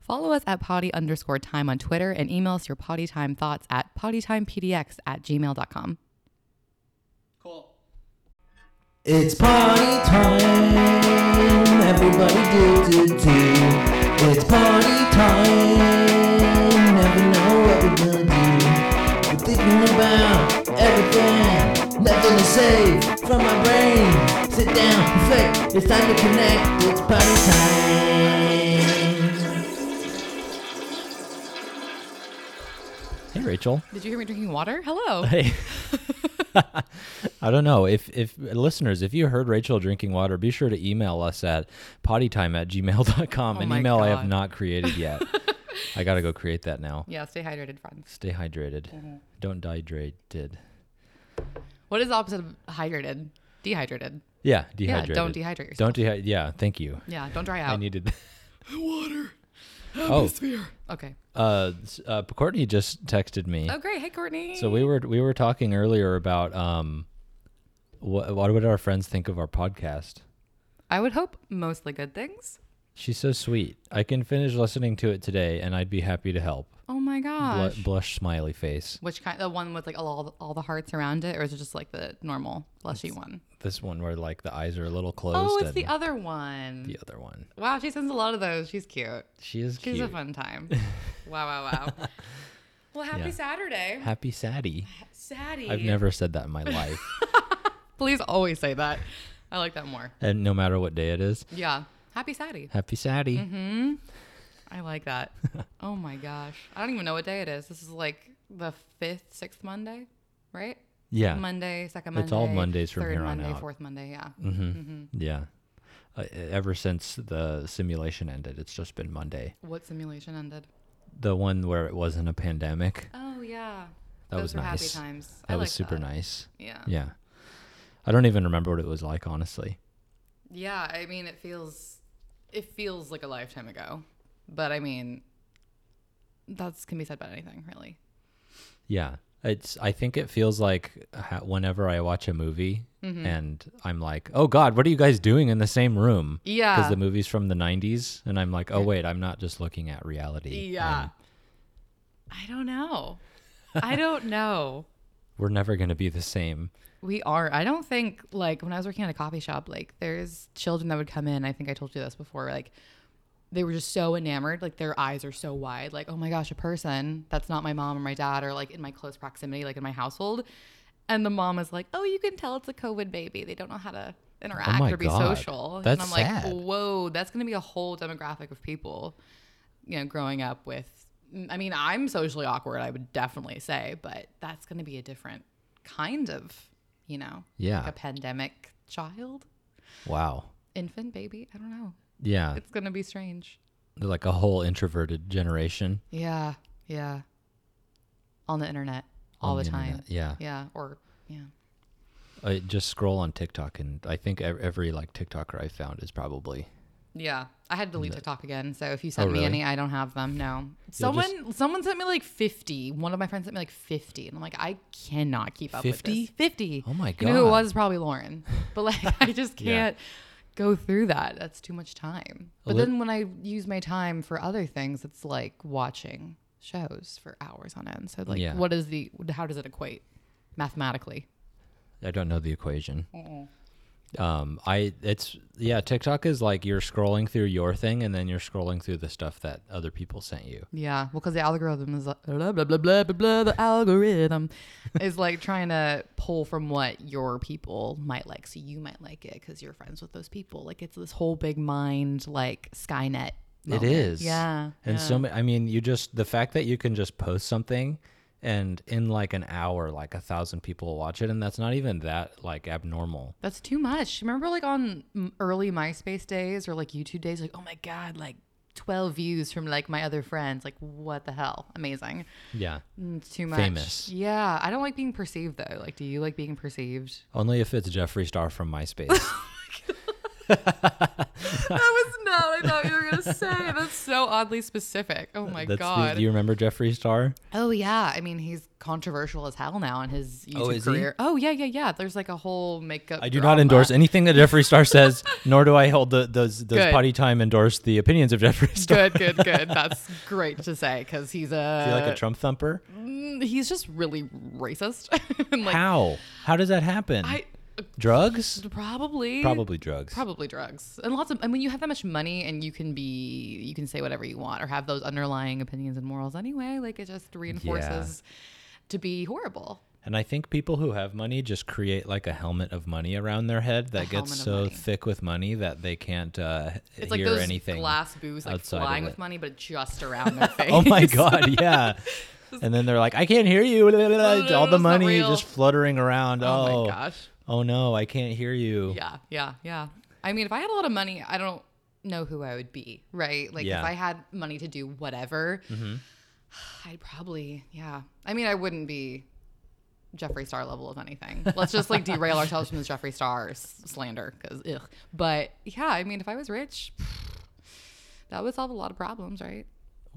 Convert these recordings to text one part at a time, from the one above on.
Follow us at potty underscore time on Twitter and email us your potty time thoughts at pottytimepdx at gmail.com. Cool. It's party time. Everybody do do do. It's party time. Never know what we're gonna do. I'm thinking about everything. Nothing to save from my brain. Sit down, reflect. It's time to connect. It's party time. Hey, Rachel. Did you hear me drinking water? Hello. Hey. I don't know if if listeners, if you heard Rachel drinking water, be sure to email us at pottytime at gmail.com, Oh an my email I God. have not created yet. I gotta go create that now. Yeah, Mm-hmm. stay hydrated, friends. Stay hydrated. Don't dehydrate. What is the opposite of hydrated? Dehydrated. Yeah, dehydrated. don't dehydrate Don't dehydrate. Yeah, thank you. Yeah, don't dry out. I needed water. Atmosphere. okay. Oh, uh, s- uh, Courtney just texted me. Oh, great. Hey, Courtney. So we were we were talking earlier about um, what what would our friends think of our podcast? I would hope mostly good things. She's so sweet. I can finish listening to it today, and I'd be happy to help. Oh my Bl- gosh. blush smiley face. Which kind? The one with like all the, all the hearts around it, or is it just like the normal fleshy one? This one where like the eyes are a little closed. Oh, it's and the other one. the other one. Wow, she sends a lot of those. She's cute. She is She's cute. a fun time. wow, wow, wow. Well, happy Yeah. Saturday, Happy Sadie. Saturday. I've never said that in my life, Please always say that. I like that more. and no matter what day it is, Yeah, happy Saturday. Happy Sadie. Mm-hmm. I like that. oh my gosh, I don't even know what day it is. This is like the fifth, sixth Monday, right? Yeah, Monday, second Monday. It's all Mondays from third here on Monday, out. Mm. Fourth Monday, yeah. yeah. Uh, ever since the simulation ended, it's just been Monday. What simulation ended? The one where it wasn't a pandemic. Oh yeah, That those was were nice. happy times. That I was like super that. nice. Yeah. yeah, Yeah. I don't even remember what it was like, honestly. I mean, it feels, it feels like a lifetime ago, but I mean, that's can be said about anything, really. Yeah. It's I think it feels like ha- whenever I watch a movie Mm-hmm. and I'm like, "Oh god, what are you guys doing in the same room?" Yeah. Cuz the movie's from the 90s and I'm like, "Oh wait, I'm not just looking at reality. Yeah. I'm- I don't know. I don't know. we're never going to be the same." We are. I don't think like when I was working at a coffee shop, like there's children that would come in. I think I told you this before. Like they were just so enamored. Like their eyes are so wide. Like oh my gosh, a person that's not my mom or my dad or like in my close proximity, like in my household. And the mom is like, oh, you can tell it's a COVID baby. They don't know how to interact Oh my or be God. social. That's and I'm sad. like, whoa, that's gonna be a whole demographic of people. You know, growing up with. I mean, I'm socially awkward. I would definitely say, but that's gonna be a different kind of you know, Yeah. like a pandemic child, Wow. infant, baby. I don't know. Yeah. It's gonna be strange. They're like a whole introverted generation. Yeah, yeah. On the internet all the, on time. internet. Yeah. Yeah, or yeah. I just scroll on TikTok and I think ev- every like TikToker I found is probably Yeah, I had to delete TikTok again. So if you send me Oh, really? any, I don't have them. No, someone someone sent me like fifty. One of my friends sent me like fifty, and I'm like, I cannot keep up 50? with this. Fifty. Oh my You know who it God. was? It's Probably Lauren. But like, I just can't go through that. That's too much time. But Well, it- then when I use my time for other things, it's like watching shows for hours on end. So like, Yeah. what is the? How does it equate mathematically? I don't know the equation. Um, I it's yeah. TikTok is like you're scrolling through your thing, and then you're scrolling through the stuff that other people sent you. Yeah, well, because the algorithm is like, blah blah blah blah blah blah. The algorithm is like trying to pull from what your people might like, so you might like it because you're friends with those people. Like it's this whole big mind, like Skynet. moment. It is, Yeah. And so ma- I mean, you just the fact that you can just post something, and in like an hour, like a thousand people will watch it, and that's not even that like abnormal. That's too much. Remember, like on m- early MySpace days or like YouTube days, like oh my god, like twelve views from like my other friends. Like what the hell? Amazing. Yeah, Mm, It's too much. Famous. Yeah, I don't like being perceived though. Like, do you like being perceived? only if it's Jeffree Star from MySpace. That was not what I thought you were gonna say. That's so oddly specific. Oh my That's god. The, do you remember Jeffree Star? oh yeah. I mean, he's controversial as hell now in his YouTube Oh, is he? career. Oh yeah, yeah, yeah. There's like a whole makeup. I do not endorse anything that Jeffree Star says, nor do I hold the, those those Good. potty time endorse the opinions of Jeffree Star. Good, good, good. That's great to say because he's a, Is he like a Trump thumper? he's just really racist. and like How? How does that happen? I Drugs? probably Probably drugs. probably drugs and lots of and when you have that much money and you can be you can say whatever you want or have those underlying opinions and morals anyway like it just reinforces to be horrible And I think people who have money just create like a helmet of money around their head that gets helmet of so money. thick with money that they can't uh, it's like hear those anything. glass booze like outside of flying it. with money but just around their face Oh my god, yeah. And then they're like, I can't hear you. no, All it's the not money real. just fluttering around. oh Oh, my gosh oh no, I can't hear you. yeah yeah yeah i mean if i had a lot of money i don't know who i would be right like Yeah. Mm-hmm. if i had money to do whatever i'd probably yeah i mean i wouldn't be jeffree star level of anything let's just like derail ourselves from the jeffree star s- slander because ugh. but yeah i mean if i was rich that would solve a lot of problems right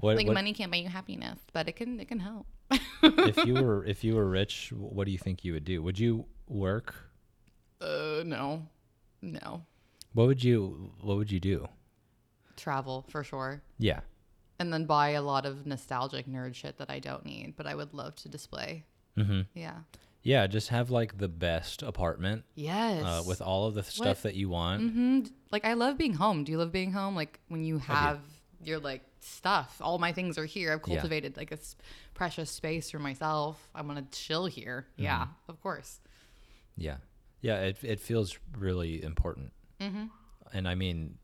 What, like what- money can't buy you happiness but it can it can help if you were if you were rich, what do you think you would do? Would you work? uh no no What would you What would you do? travel for sure Yeah, and then buy a lot of nostalgic nerd shit that I don't need, but I would love to display. Mhm. Yeah. yeah. Just have like the best apartment Yes. uh, with all of the stuff that you want. hmm Like I love being home. Do you love being home? Like when you have your like stuff. All my things are here. I've cultivated like a s- precious space for myself. I want to chill here. Mm-hmm. Yeah, of course. Yeah. Yeah, it it feels really important. Mm-hmm. And I mean,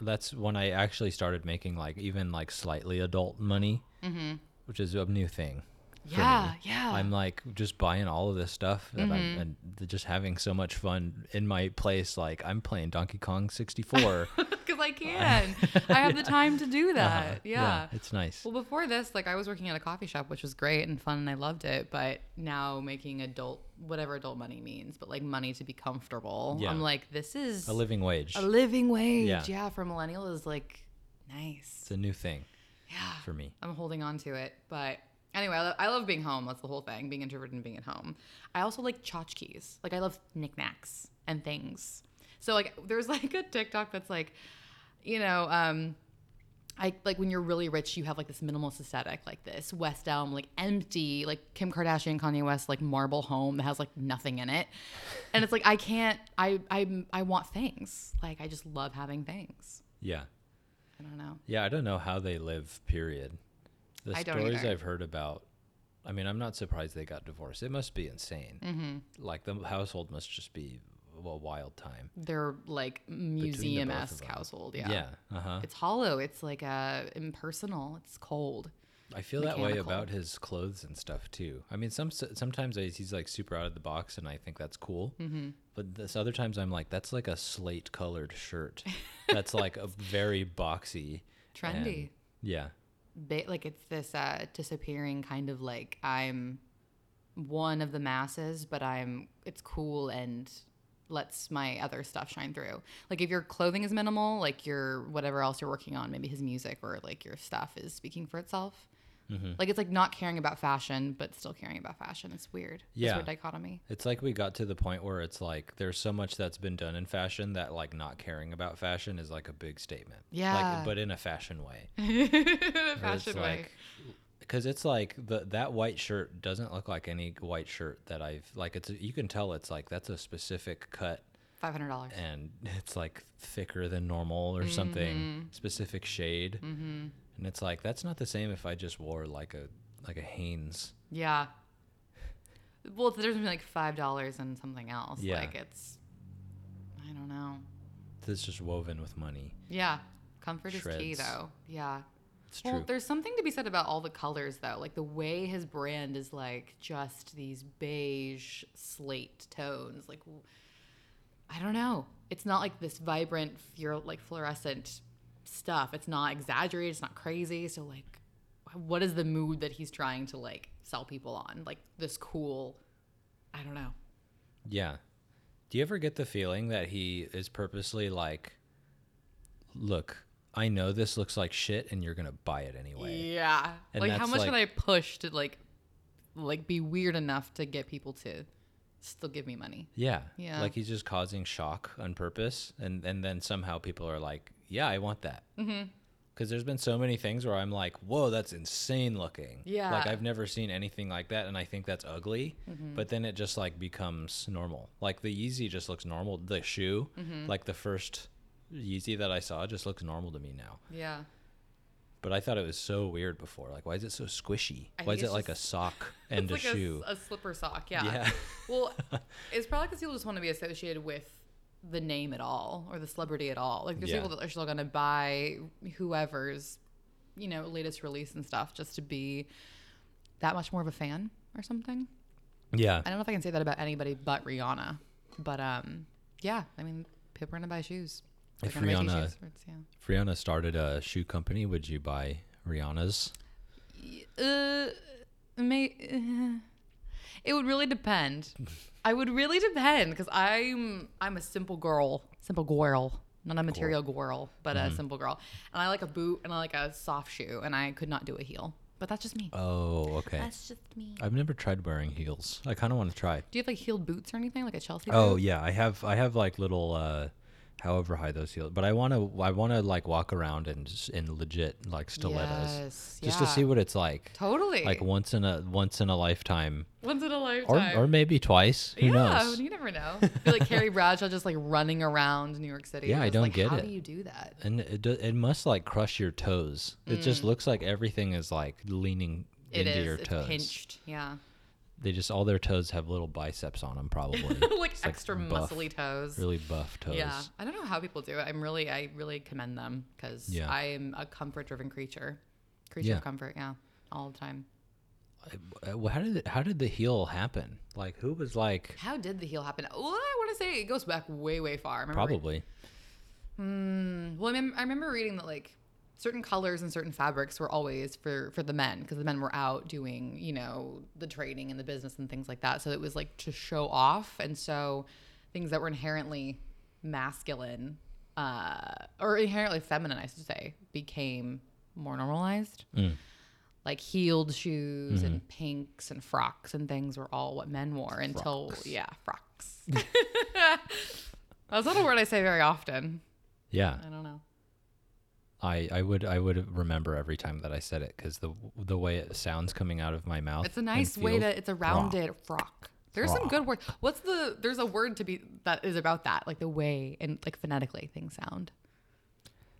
that's when I actually started making like even like slightly adult money, mm-hmm. which is a new thing. Yeah, yeah. Mm-hmm. I'm like just buying all of this stuff that I'm, and th- just having so much fun in my place. Like I'm playing Donkey Kong 64. Because I can. I have the time to Uh-huh. do that. yeah. it's nice. Well, before this, like I was working at a coffee shop, which was great and fun, and I loved it. But now making adult, whatever adult money means, but like money to be comfortable, Yeah. I'm like, this is A living wage. a living wage. Yeah. Yeah. for a millennial is like nice. it's a new thing Yeah, for me. I'm holding on to it. But anyway, I, lo- I love being home. That's the whole thing, being introverted and being at home. I also like tchotchkes. Like I love knickknacks and things. So like there's like a TikTok that's like, you know, um, I like when you're really rich, you have like this minimalist aesthetic, like this West Elm, like empty, like Kim Kardashian, Kanye West, like marble home that has like nothing in it, and it's like I can't, I, I, I want things. Like I just love having things. Yeah. I don't know. Yeah, I don't know how they live, period. The I don't stories either. I've heard about, I mean, I'm not surprised they got divorced. It must be insane. Mm-hmm. Like, the household must just be a wild time. They're like both of museum esque them. household. Yeah. Yeah. uh huh. It's hollow. It's like uh, impersonal. It's cold. I feel that way mechanical. about his clothes and stuff, too. I mean, some s- sometimes I, he's like super out of the box, and I think that's cool. Mm-hmm. But this other times I'm like, that's like a slate colored shirt. that's like a very boxy. and- Trendy. yeah. ba- like it's this uh, disappearing kind of like I'm one of the masses, but I'm it's cool and lets my other stuff shine through. Like if your clothing is minimal, like your whatever else you're working on, maybe his music or like your stuff is speaking for itself. Mm-hmm. Like it's like not caring about fashion, but still caring about fashion. It's weird. It's a Yeah. weird dichotomy. It's like we got to the point where it's like there's so much that's been done in fashion that like not caring about fashion is like a big statement. Yeah. Like, but in a fashion way. Where it's fashion way. like, because it's like the that white shirt doesn't look like any white shirt that I've like. It's you can tell it's like that's a specific cut Five hundred dollars. and it's like thicker than normal Mm-hmm. or something specific shade. Mm-hmm. And it's like that's not the same if I just wore like a like a Hanes. Yeah. Well, it's the difference between like five dollars and something else. Yeah. Like it's, I don't know. That's just woven with money. Yeah, comfort is key Shreds. though. Yeah. It's Well, true. there's something to be said about all the colors though. Like the way his brand is like just these beige slate tones. Like w- I don't know. It's not like this vibrant, fur- like fluorescent stuff. It's not exaggerated. It's not crazy. So like, what is the mood that he's trying to like sell people on? Like this cool. I don't know. Yeah. Do you ever get the feeling that he is purposely like, look, I know this looks like shit and you're going to buy it anyway? Yeah. And like how that's, much can I like- push to like like be weird enough to get people to still give me money? Yeah. Yeah. Like he's just causing shock on purpose. And, and then somehow people are like, yeah, I want that. Mm-hmm. Because there's been so many things where I'm like, whoa, that's insane looking. Yeah. Like I've never seen anything like that. And I think that's ugly. Mm-hmm. But then it just like becomes normal. Like the Yeezy just looks normal. The shoe, Mm-hmm. like the first Yeezy that I saw, just looks normal to me now. Yeah. But I thought it was so weird before. Like, why is it so squishy? I why think is it it's like a just- sock and a it's like shoe? A, oh slipper sock, yeah. Yeah. well, it's probably because people just want to be associated with the name at all or the celebrity at all. Like there's Yeah. people that are still gonna buy whoever's, you know, latest release and stuff just to be that much more of a fan or something. yeah. I don't know if I can say that about anybody but Rihanna. But um, yeah, I mean, people are gonna buy shoes. They're If gonna buy Rihanna- shoes for it's- Rihanna started a shoe company. Would you buy Rihanna's? yeah. Uh, may, it would really depend. I would really depend because I'm I'm a simple girl, simple girl, Mm-hmm. not a material girl, but a simple girl, and I like a boot and I like a soft shoe, and I could not do a heel. But that's just me. Oh, okay. That's just me. I've never tried wearing heels. I kind of want to try. Do you have like heeled boots or anything like a Chelsea? Oh boot? yeah, I have. I have like little, uh however high those heels. But I want to. I want to like walk around and s- in legit like stilettos, Yes, just to yeah. see what it's like. Totally. Like once in a once in a lifetime, once in a or lifetime. or maybe twice. Who yeah, knows? you never know. I feel like Carrie Bradshaw just like running around New York City. Yeah, I Just don't like, get how it. do you do that? and it, do- it must like crush your toes. It just looks like everything is like Mm. leaning It into is. your it's toes. pinched. Yeah, They just all their toes have little biceps on them, probably like It's, like, extra buff. muscly toes. really buff toes. Yeah, I don't know how people do it. I'm really, I really commend them because Yeah. I am a comfort-driven creature, creature Yeah. of comfort. Yeah, all the time. Uh, well, how did it, how did the heel happen? Like who was like How did the heel happen? Oh, I want to say it goes back way, way far. Remember probably Well, I, mem- I remember reading that like certain colors and certain fabrics were always for for the men because the men were out doing you know the trading and the business and things like that. So it was like to show off, and so things that were inherently masculine uh, or inherently feminine, I should say, became more normalized. Like heeled shoes and pinks and frocks and things were all what men wore until yeah, frocks. That's not a word I say very often. yeah. I don't know. I, I would I would remember every time that I said it because the the way it sounds coming out of my mouth. It's a and nice way feels- to. It's a rounded frock. There's some Frock. good words. What's the? There's a word to be that is about that, like the way and like phonetically things sound.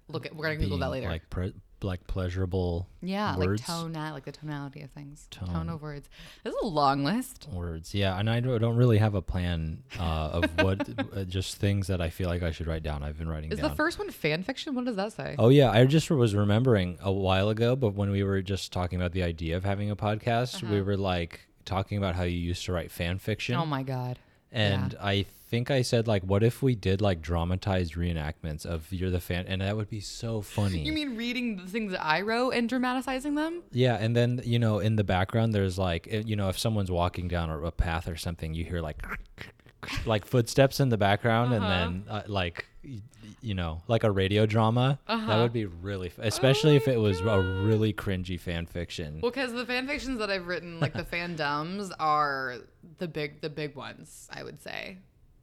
Look at we're gonna Google that being, later. Like pre- like pleasurable. yeah, words. like tone, uh, like the tonality of things, Tone. tone of words. This is a long list. words yeah and i don't don't really have a plan uh, of what uh, just things that i feel like i should write down i've been writing Is down the first one fan fiction? What does that say? oh yeah i just was remembering a while ago but when we were just talking about the idea of having a podcast Uh-huh. we were like talking about how you used to write fan fiction Oh my god. and i think i said like what if we did like dramatized reenactments of you're the fan and that would be so funny You mean reading the things that I wrote and dramatizing them? Yeah, and then you know, in the background, there's like eh, you know, if someone's walking down a, a path or something, you hear like like footsteps in the background, Uh-huh. and then uh, like y- you know, like a radio drama. That Uh-huh. would be really, f- especially if it was a really cringy fan fiction. Oh, Well, because the fan fictions that I've written, like the fandoms, are the big the big ones. I would say.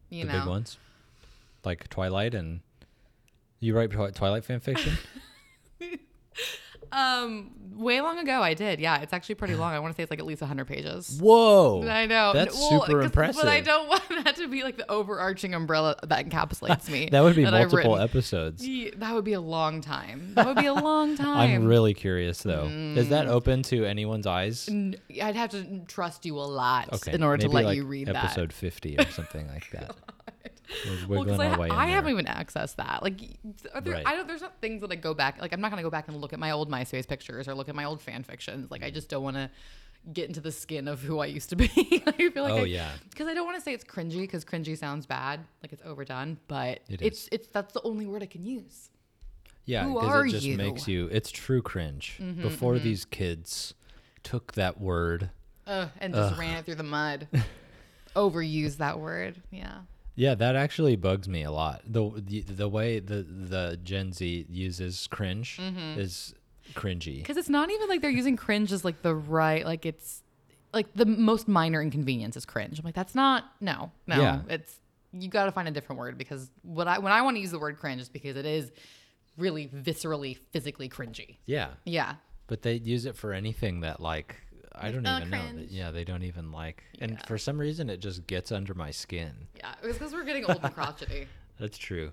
You the know. big ones, like Twilight, and you write Twi- Twilight fan fiction. Um, way long ago, I did. Yeah, it's actually pretty long. I want to say it's like at least 100 pages. Whoa, I know. That's Well, 'cause- super impressive. But I don't want that to be like the overarching umbrella that encapsulates me. That would be I've multiple written. episodes. Ye- That would be a long time. That would be a long time. Mm. I'm really curious though. Is that open to anyone's eyes? N- I'd have to trust you a lot in order to maybe, let like, you read episode that. 50 or something like that. We're Well, wiggling because I, our way in I haven't there. even accessed that. Like, y- are there, Right. I don't. There's not things that I go back. Like, I'm not gonna go back and look at my old MySpace pictures or look at my old fan fictions. Mm. Like, I just don't want to get into the skin of who I used to be. I feel like, Oh, I, yeah. because I don't want to say it's cringy because cringy sounds bad, like it's overdone. But It it's is. it's that's the only word I can use. Yeah, Who because are it just you? Mm-hmm, makes you. It's true cringe. Before these kids took that word Ugh, and just ran it through the mud. Overuse that word. Yeah. Yeah, that actually bugs me a lot. The the, the way the the Gen Z uses cringe Mm-hmm. is cringy. Because it's not even like they're using cringe as like the right, like it's like the most minor inconvenience is cringe. I'm like, that's not, no, no. Yeah. It's, you got to find a different word because what I, when I want to use the word cringe is because it is really viscerally, physically cringy. Yeah, Yeah. but they use it for anything that like I don't uh, even know. cringe. Yeah, they don't even like. And for some reason, it just gets under my skin. Yeah. It was because we're getting old and crotchety. That's true.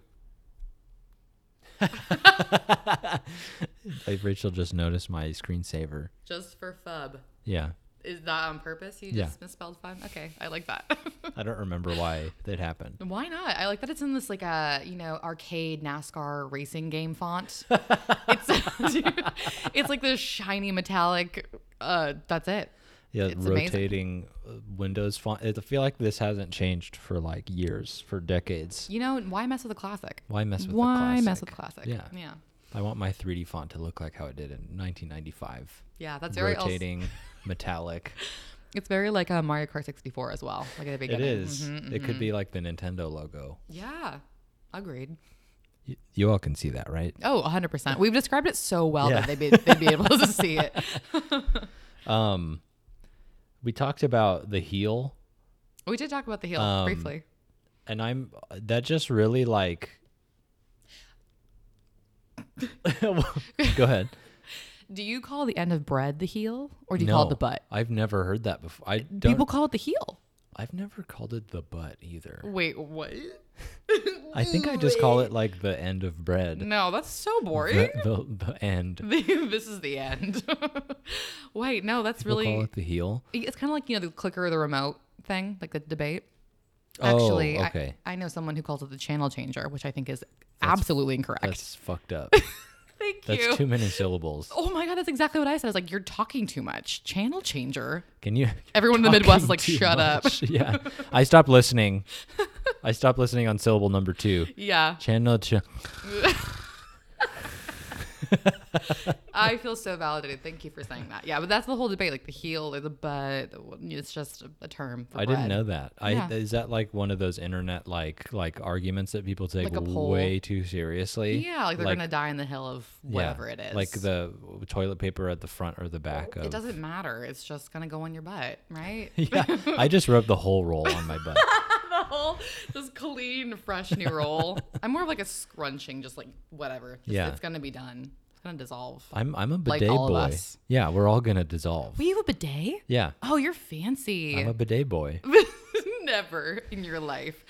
Like, Rachel just noticed my screensaver. Just for fub. Yeah, Is that on purpose? You Yeah. just misspelled fun? Okay. I like that. I don't remember why that happened. Why not? I like that it's in this like a you know arcade NASCAR racing game font. it's it's like this shiny metallic. Uh, that's it. Yeah, It's amazing. rotating uh Windows font. I feel like this hasn't changed for like years, for decades. You know why mess with the classic? Why mess with why the classic? mess with the classic? Yeah. yeah, I want my 3D font to look like how it did in 1995. yeah. That's very else- rotating, metallic. It's very like a Mario Kart 64 as well. Like at the It beginning. is. Mhm. It could be like the Nintendo logo. Yeah. Agreed. You, you all can see that, right? Oh, 100%. We've described it so well Yeah. that they'd be, they'd be able to see it. Um, we talked about the heel, We did talk about the heel Um, briefly. and I'm that just really like. Go ahead. Do you call the end of bread the heel or do you call it the butt? I've never heard that before. I don't. People call it the heel. I've never called it the butt either. Wait, what? I think I just call it like the end of bread. No, that's so boring. The, the, the end. this is the end. Wait, no, that's People really. call it the heel. It's kind of like you know the clicker or the remote thing, like the debate. Oh, Actually, I- okay. I, know someone who calls it the channel changer, which I think is absolutely incorrect. That's fucked up. Thank That's you. too many syllables. Oh my god, that's exactly what I said. I was like, "You're talking too much." Channel changer. Can you? Everyone in the Midwest is like, Too "Shut up." much. yeah. I stopped listening. I stopped listening on syllable number two. Yeah, Channel. Ch- I feel so validated. Thank you for saying that. Yeah, but that's the whole debate, like the heel or the butt. It's just a, a term. For I didn't bread. know that. I Yeah. is that like one of those internet like like arguments that people take Like a poll. way too seriously? Yeah, like they're gonna die in the hill of yeah, whatever it is. Like the toilet paper at the front or the back of. it doesn't matter. It's just gonna go on your butt, right? Yeah, I just rubbed the whole roll on my butt. the whole this clean, fresh new roll. I'm more of like a scrunching, just like whatever. Just, Yeah. it's gonna be done. It's gonna dissolve. I'm I'm a Like bidet all of boy. us. Yeah, we're all gonna dissolve. We have a bidet. yeah, Oh, you're fancy. I'm a bidet boy. Never in your life.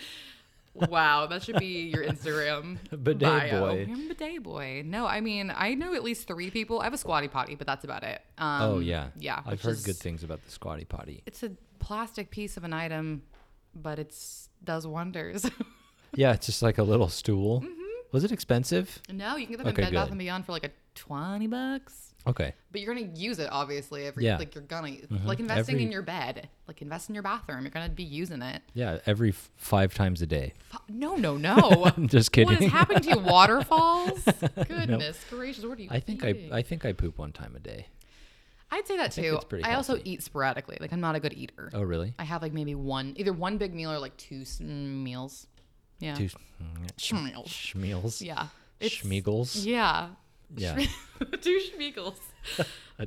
Wow, that should be your Instagram Bidet bio. boy. I'm a bidet boy. No, I mean I know at least three people. I have a squatty potty, but that's about it. Um, oh yeah, yeah. I've which heard is- good things about the squatty potty. it's a plastic piece of an item, but it's does wonders. Yeah, it's just like a little stool. Mm-hmm. Was it expensive? no, you can get them Okay, in Bed Bath good. and Beyond for like a twenty bucks. Okay. But you're gonna use it obviously every Yeah. Mm-hmm. like you're gonna like investing in Every- your bed, like invest in your bathroom. You're gonna be using it. Yeah, every f- five times a day. Fu- No, no, no. I'm just What kidding. has happened to you? Waterfalls? Goodness gracious, what are you? I think I, eating? I think I poop one time a day. I'd say that think too. it's pretty I also healthy. eat sporadically. Like I'm not a good eater. Oh really? I have like maybe one, either one big meal or like two s- meals. Yeah. Two mm, Schmeals. schmeals. Yeah. It's- Schmeagles. Yeah. Yeah. Two schmeagles. a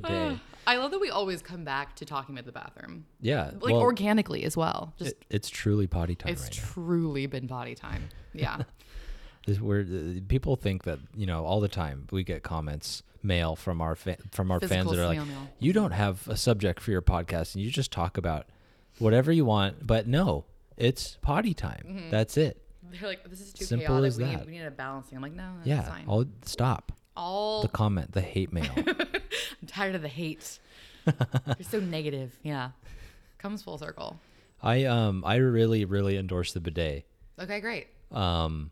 day. I love that we always come back to talking about the bathroom, Yeah. like well, organically as well. Just it- it's truly potty time it's right now. truly been body time. Yeah. This- Where uh, people think that you know all the time we get comments mail from our fa- from our Physical fans that are like snail mail. you don't have a subject for your podcast and you just talk about whatever you want but no it's potty time Mm-hmm. that's it They're like, this is too Simple chaotic. as we, that. Need, we need a balancing. I'm like, no, that's yeah fine. all stop All the comment the hate mail I'm tired of the hate. You're so negative. Yeah. Comes full circle. I um I really really endorse the bidet. Okay, great. Um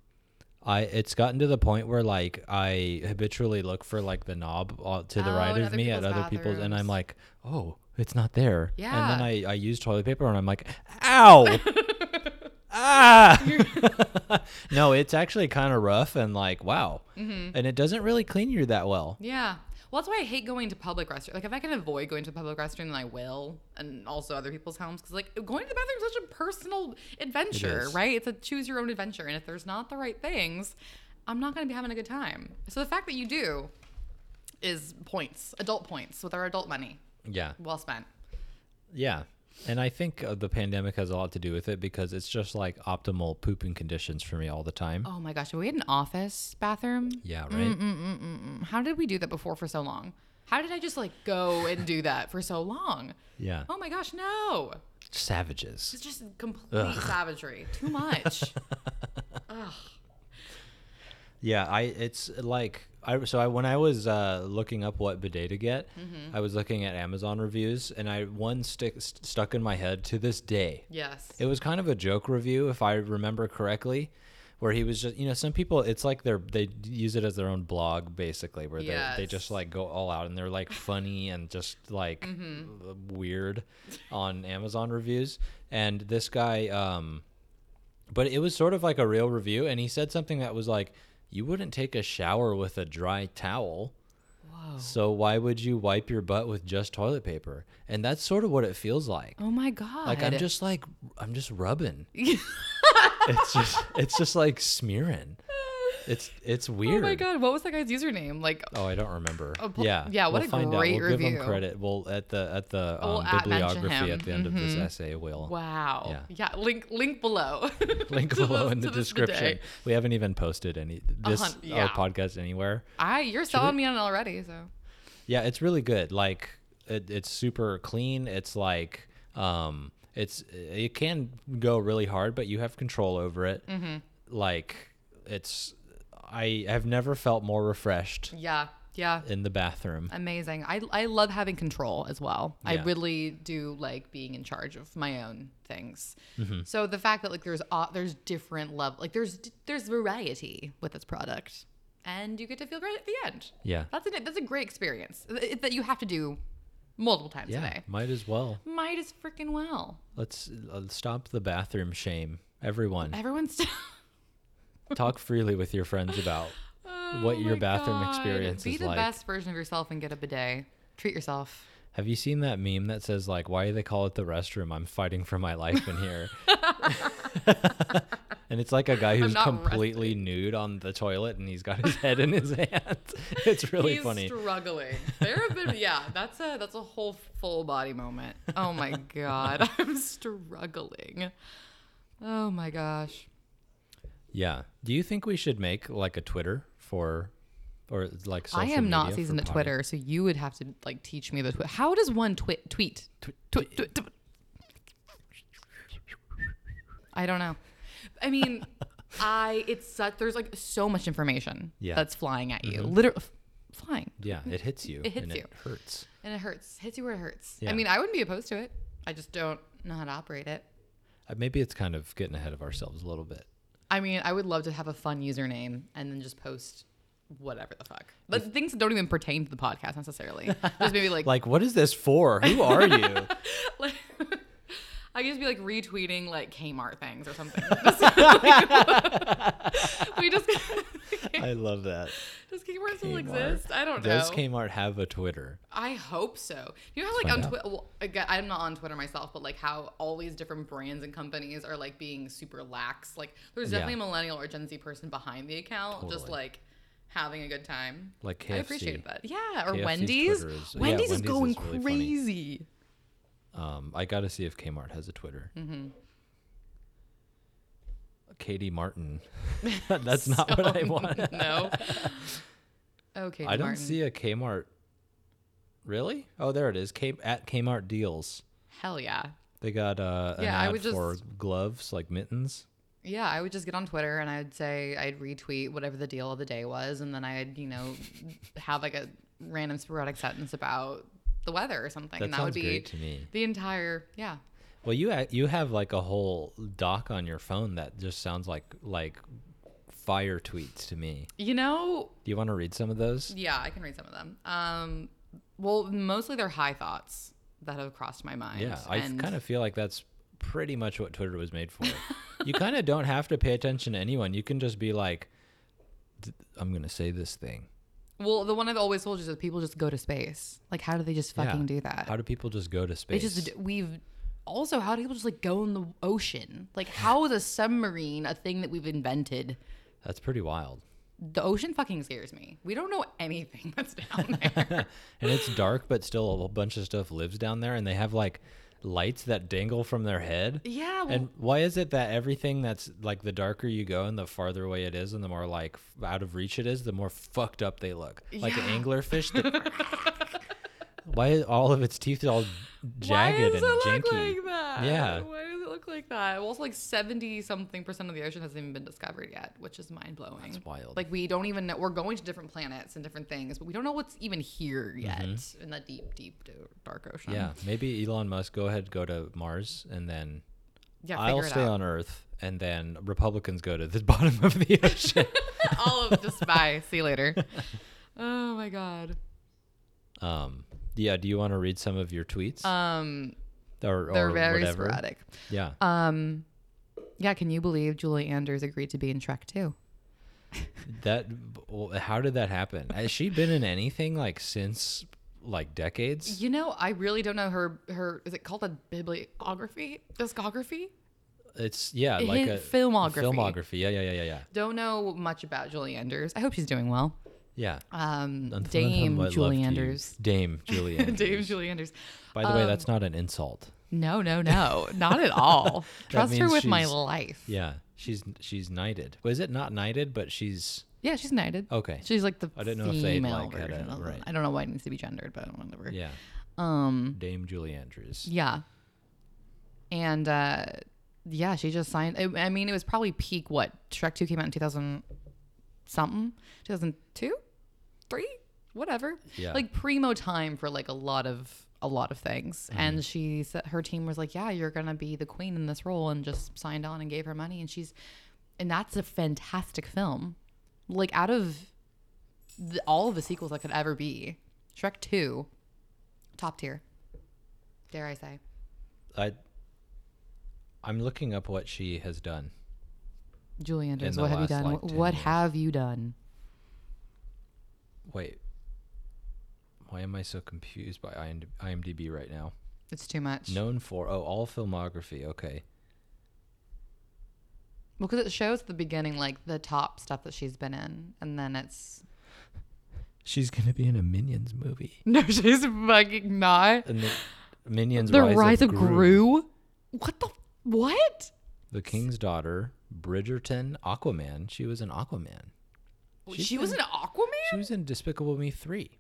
I it's gotten to the point where like I habitually look for like the knob uh, to the Oh, right in of other me at people's other people's and bathrooms. I'm like, "Oh, it's not there." And then I Yeah. I use toilet paper and I'm like, "Ow." ah. Mm-hmm. no, it's actually kind of rough and like, wow. And it doesn't really clean you that well. Yeah. Well, that's why I hate going to public restrooms. Like, if I can avoid going to a public restroom, then I will, and also other people's homes. Because, like, going to the bathroom is such a personal adventure, is. right? It's a choose your own adventure. And if there's not the right things, I'm not going to be having a good time. So the fact that you do is points, adult points with our adult money. Yeah. Well spent. Yeah. And I think uh, the pandemic has a lot to do with it because it's just like optimal pooping conditions for me all the time. Oh Mm, my gosh. If we had an office bathroom, Yeah, right? how did we do that before for so long? How did I just like go and do that for so long? Yeah. Oh my gosh, no. Savages. It's just complete savagery. Too much. Yeah, I it's like I so I when I was uh, looking up what bidet to get, I was looking at Amazon reviews and I one stick st- stuck in my head to this day. yes. It was kind of a joke review, if I remember correctly, where he was just, you know, some people, it's like they're, they use it as their own blog, basically, where they they Yes. just like go all out and they're like funny and just like w- weird on Amazon reviews. And this guy, um, but it was sort of like a real review. And he said something that was like, you wouldn't take a shower with a dry towel. So why would you wipe your butt with just toilet paper? And that's sort of what it feels like. Oh my god. Like I'm just like I'm just rubbing. it's just it's just like smearing. It's it's weird. Oh my god, what was that guy's username? Like Oh, I don't remember. pl- yeah, yeah, what we'll a find out. great We'll give him review. credit. Well, at the at the um, We'll at- mention bibliography him. Mm-hmm. at the end of this essay, will wow. Yeah. Yeah, link link below. link to below this- in the to this description. bidet. We haven't even posted any this hun- yeah. our podcast anywhere. I you're selling me on it already, so Yeah, it's really good. Like it, it's super clean. It's like um it's it can go really hard, but you have control over it. Mm-hmm. Like it's I have never felt more refreshed yeah. Yeah. in the bathroom. Amazing. I I love having control as well. I Yeah. really do like being in charge of my own things. Mm-hmm. So the fact that like there's uh, there's different level like there's there's variety with this product, and you get to feel great at the end. Yeah. That's an that's a great experience It- that you have to do multiple times a Yeah, day. might as well. Might as freaking well. Let's uh, stop the bathroom shame. Everyone, Everyone's talk freely with your friends about what Oh your my bathroom God. experience Be is the like. best version of yourself and get a bidet. Treat yourself. Have you seen that meme that says like, "Why do they call it the restroom? I'm fighting for my life in here." and it's like a guy who's not completely nude on the toilet and he's got his head in his hands. It's really He's funny. struggling. There have been yeah, that's a that's a whole full body moment. Oh my god, I'm struggling. Oh my gosh. yeah. Do you think we should make like a Twitter for, or like social I am not media for seasoned at pod- Twitter, so you would have to like teach me the twi- How does one twi- tweet? Twi- twi- twi- I don't know. I mean, I it's such there's like so much information Yeah. Mm-hmm. that's flying at you. Literally flying. Yeah, it hits you. It hits and you. It hurts. And it hurts. Hits you where it hurts. Yeah. I mean, I wouldn't be opposed to it. I just don't know how to operate it. Uh, Maybe it's kind of getting ahead of ourselves a little bit. I mean, I would love to have a fun username and then just post whatever the fuck. But things that don't even pertain to the podcast necessarily. Just maybe like, Like, what is this for? Who are you? like- I could just be like retweeting like Kmart things or something. we just I love that. does Kmart still Kmart. exist? I don't know. Does Kmart have a Twitter? I hope so. You know how like find on out. Twitter, well, again, I'm not on Twitter myself, but like how all these different brands and companies are like being super lax. Like there's Yeah. definitely a millennial or Gen Z person behind the account, just Totally. like having a good time. Like I KFC. appreciate that. Yeah, or KFC's Wendy's. Twitter is- yeah, Wendy's is Wendy's going is really funny. crazy. Um, I got to see if Kmart has a Twitter. Mm-hmm. Katie Martin. That's not what I want. no. Okay. I don't Martin. see a Kmart. Really? Oh, there it is. K- at Kmart Deals. Hell yeah. They got uh, an Yeah, I ad would just- for gloves, like mittens. Yeah, I would just get on Twitter and I'd say I'd retweet whatever the deal of the day was, and then I'd you know have like a random sporadic sentence about the weather or something, That and that would sounds be great to me. the entire yeah. Well, you ha- you have like a whole doc on your phone that just sounds like like fire tweets to me. You know, Do you want to read some of those? yeah, I can read some of them. Um, well, mostly they're high thoughts that have crossed my mind. Yeah, I and- kind of feel like that's pretty much what Twitter was made for. you kind of don't have to pay attention to anyone. You can just be like, "Th- I'm going to say this thing. Well, the one I've always told you is that people just go to space. Like, how do they just fucking Yeah. do that? How do people just go to space? Uh, they just we've also how do people just like go in the ocean? Like, how is a submarine a thing that we've invented? That's pretty wild. The ocean fucking scares me. We don't know anything that's down there. And it's dark, but still a whole bunch of stuff lives down there, and they have like lights that dangle from their head. yeah. Well, And why is it that everything that's like the darker you go and the farther away it is and the more like f- out of reach it is, the more fucked up they look? Like Yeah. an anglerfish. That, why is all of its teeth all jagged Why does and it janky? look like that? Yeah. Why does it look like that? Well, it's like seventy something percent of the ocean hasn't even been discovered yet, which is mind blowing. That's wild. Like we don't even know. We're going to different planets and different things, but we don't know what's even here yet in that deep, deep, dark ocean. Mm-hmm. yeah, maybe Elon Musk go ahead go to Mars and then yeah. I'll figure it stay out. on Earth and then Republicans go to the bottom of the ocean. All of just bye. See you later. Oh my god. um, yeah, do you want to read some of your tweets Um, or, they're or very whatever? sporadic. Yeah. Um, yeah. Can you believe Julie Anders agreed to be in Shrek 2? That well, how did that happen? Has she been in anything like since like decades? You know, I really don't know her. Her is it called a bibliography? Discography? It's yeah, like a His filmography. Filmography. Yeah, yeah, yeah, yeah, yeah. Don't know much about Julie Anders. I hope she's doing well. Yeah. Um, Until then, I Dame loved Julie you. Anders. Dame Julie Anders. Dame Julie Um, Anders. By the way, that's not an insult. No, no, no, not at all. Trust her means with my she's- life. Yeah, Yeah. She's she's knighted. Was it not knighted, but she's she's knighted. okay. She's like the I didn't know if they'd, female like, had version. a- of right. I don't know why it needs to be gendered, but whatever. Yeah. Um, Dame Julie Andrews. Yeah. And uh yeah, she just signed I, I mean it was probably peak what Shrek 2 came out in 2000 something, 2002, 3, whatever. Yeah. Like primo time for like a lot of a lot of things. And she said her team was like, "Yeah, you're going to be the queen in this role" and just signed on and gave her money and she's and that's a fantastic film. Like out of the, all of the sequels that could ever be, Shrek 2 top tier. Dare I say? I I'm looking up what she has done. Julie Andrews, the what have you last, done? like, Wh- 10 what years. have you done? Wait. Why am I so confused by IMD- IMDb right now? It's too much. Known for oh, all filmography. Okay. Well, because it shows at the beginning like the top stuff that she's been in, and then it's She's gonna be in a Minions movie. no, she's fucking not. And the Minions. The Rise, Rise of, of Gru. Gru. What the what? The King's Daughter. Bridgerton. Aquaman. She was in Aquaman. She's she was an Aquaman She was in Despicable Me three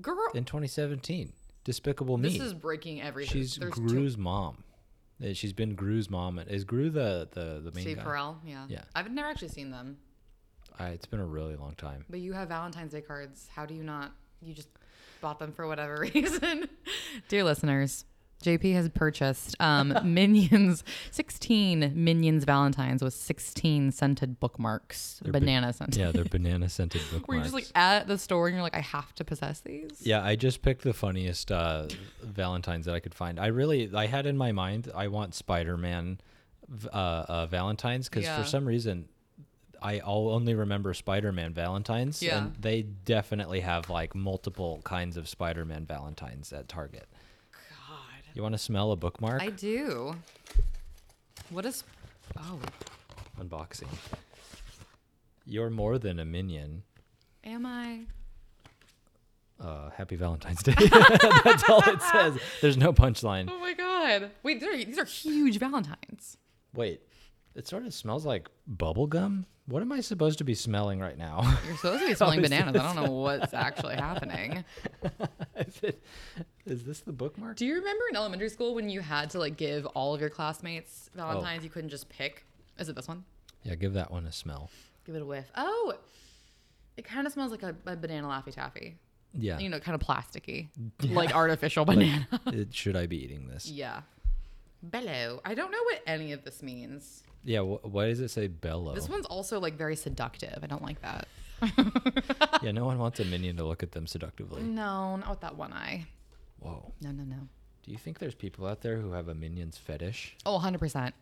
girl. in 2017. Despicable Me. This is breaking everything. she's There's Gru's mom. Uh, She's been Gru's mom. Is Gru the the the two. main Steve guy? Carell. Yeah. Yeah. I've never actually seen them, I, it's been a really long time. but you have Valentine's Day cards. How do you not? You just bought them for whatever reason. Dear listeners, JP has purchased um, Minions 16 Minions Valentines with 16 scented bookmarks, ba- banana scented. Yeah, they're banana scented bookmarks. Where you're just like at the store and you're like, I have to possess these. Yeah, I just picked the funniest uh, Valentines that I could find. I really, I had in my mind, I want Spider Man uh, uh, Valentines because Yeah. for some reason, I all only remember Spider Man Valentines. Yeah. And they definitely have like multiple kinds of Spider Man Valentines at Target. God, You want to smell a bookmark? I do. What is? Oh, Unboxing. You're more than a minion. am I? Uh, happy Valentine's Day. That's all it says. There's no punchline. Oh my God! Wait, these are, these are huge Valentines. Wait, it sort of smells like bubble gum. What am I supposed to be smelling right now? You're supposed to be smelling is bananas. I don't know what's actually happening. is, it, is this the bookmark? Do you remember in elementary school when you had to like give all of your classmates Valentine's? You couldn't just pick. Is it this one? Yeah, give that one a smell. Give it a whiff. Oh, it kind of smells like a, a banana laffy taffy. Yeah. You know, kind of plasticky, like artificial banana. It- should I be eating this? yeah. Bellow. I don't know what any of this means. Yeah. Wh- why does it say bellow? This one's also like very seductive. I don't like that. yeah. No one wants a minion to look at them Mm. seductively. No, not with that one eye. Whoa. No, no, no. Do you think there's people out there who have a minions fetish? Oh, 100%.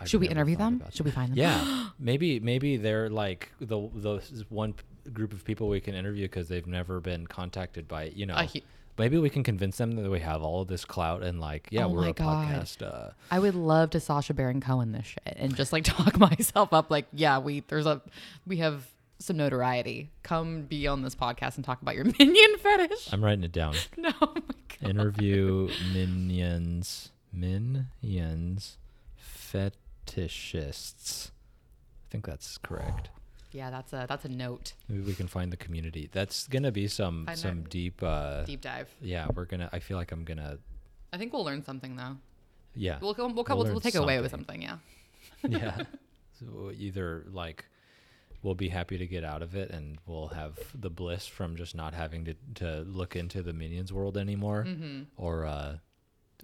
I've Should we never interview thought them? about Should we find them? Yeah. maybe. Maybe they're like the the one group of people we can interview because they've never been contacted by you know. A hu- Maybe we can convince them that we have all of this clout and like, yeah, Oh we're my a God. podcast. Uh, I would love to Sasha Baron Cohen this shit and just like talk myself up. Like, yeah, we there's a we have some notoriety. Come be on this podcast and talk about your minion fetish. I'm writing it down. No, oh my God. Interview minions, minions, fetishists. I think that's correct. yeah, that's a that's a note Maybe we can find the community. That's gonna be some Find some that- deep. Uh, deep dive. Yeah, we're gonna. I feel like I'm gonna. I think we'll learn something though. Yeah. We'll come, we'll, come, we'll, learn we'll take away with something. Yeah. yeah. So either like we'll be happy to get out of it and we'll have the bliss from just not having to, to look into the minions world anymore Mm-hmm. or uh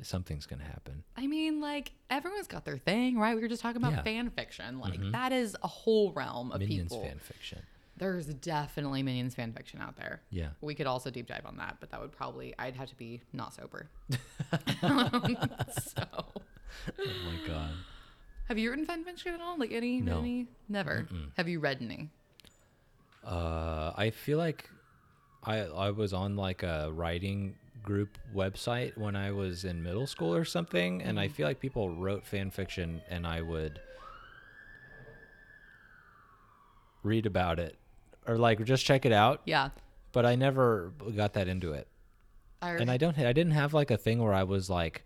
something's gonna happen I mean, like everyone's got their thing, right? We were just talking about Yeah. Mm-hmm. fan fiction. Like that is a whole realm of minions people. fan fiction There's definitely minions fan fiction out there. yeah We could also deep dive on that, but that would probably I'd have to be not sober. so, oh my god have you written fan fiction at all? Like any, No. any, never. Have you read any? Uh, I feel like I I was on like a writing group website when I was in middle school or something, and I feel like people wrote fan fiction, and I would read about it or like just check it out. Yeah, But I never got that into it, I, and I don't. I didn't have like a thing where I was like.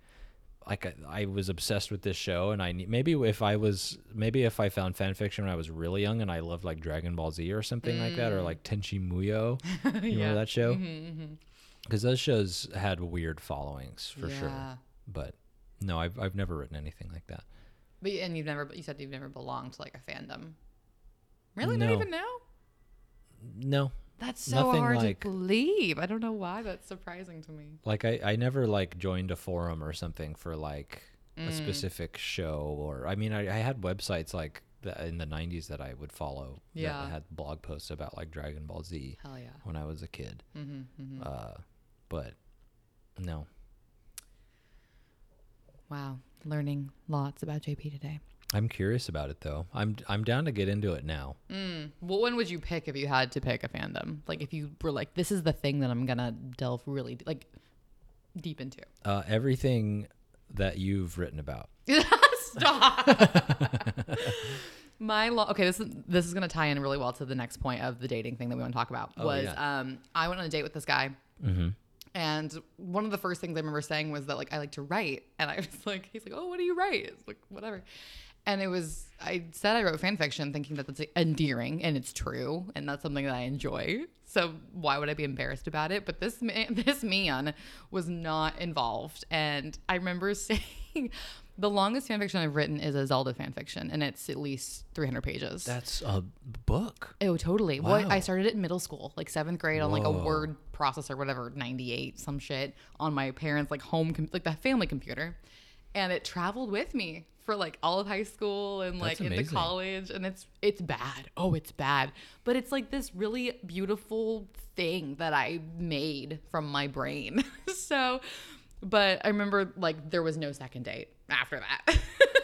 Like I, I was obsessed with this show, and I ne- maybe if I was maybe if I found fan fiction when I was really young, and I loved like Dragon Ball Z or something like that, or like Tenchi Muyo, Mm. Yeah. you Mm-hmm, remember that show? Because those shows had weird followings for Yeah. sure. But no, I've, I've never written anything like that. but and you've never you said you've never belonged to like a fandom. Really? Not No. even now? No, That's so Nothing hard like- to believe. I don't know why that's surprising to me. like I, I never like joined a forum or something for like Mm. a specific show or I mean I, I had websites like the, in the 90s that I would follow Yeah. that had blog posts about like Dragon Ball Z Hell yeah. when I was a kid. Mm-hmm, Uh, but no, Wow. Learning lots about JP today. I'm curious about it though. I'm I'm down to get into it now. What one would you pick if you had to pick a fandom? Like if you were like, this is the thing that I'm gonna delve really d- like deep into. Uh, everything that you've written about. Stop. My law. Okay, this is this is gonna tie in really well to the next point of the dating thing that we want to talk about. was um, I went on a date with this guy. And one of the first things I remember saying was that like I like to write, and I was like, he's like, oh, what do you write? It's like whatever, and it was I said I wrote fan fiction, thinking that that's endearing and it's true, and that's something that I enjoy. So why would I be embarrassed about it? But this man, this man was not involved, and I remember saying. The longest fan fiction I've written is a Zelda fan fiction, and it's at least 300 pages. That's a book. Oh, totally. What Wow. I started it in middle school, like seventh grade, on like a Whoa. word processor, whatever, ninety eight, some shit, on my parents' like home, com- like the family computer, and it traveled with me for like all of high school and like That's into amazing. college, and it's it's bad. Oh, it's bad, but it's like this really beautiful thing that I made from my brain. so, but I remember like there was no second date after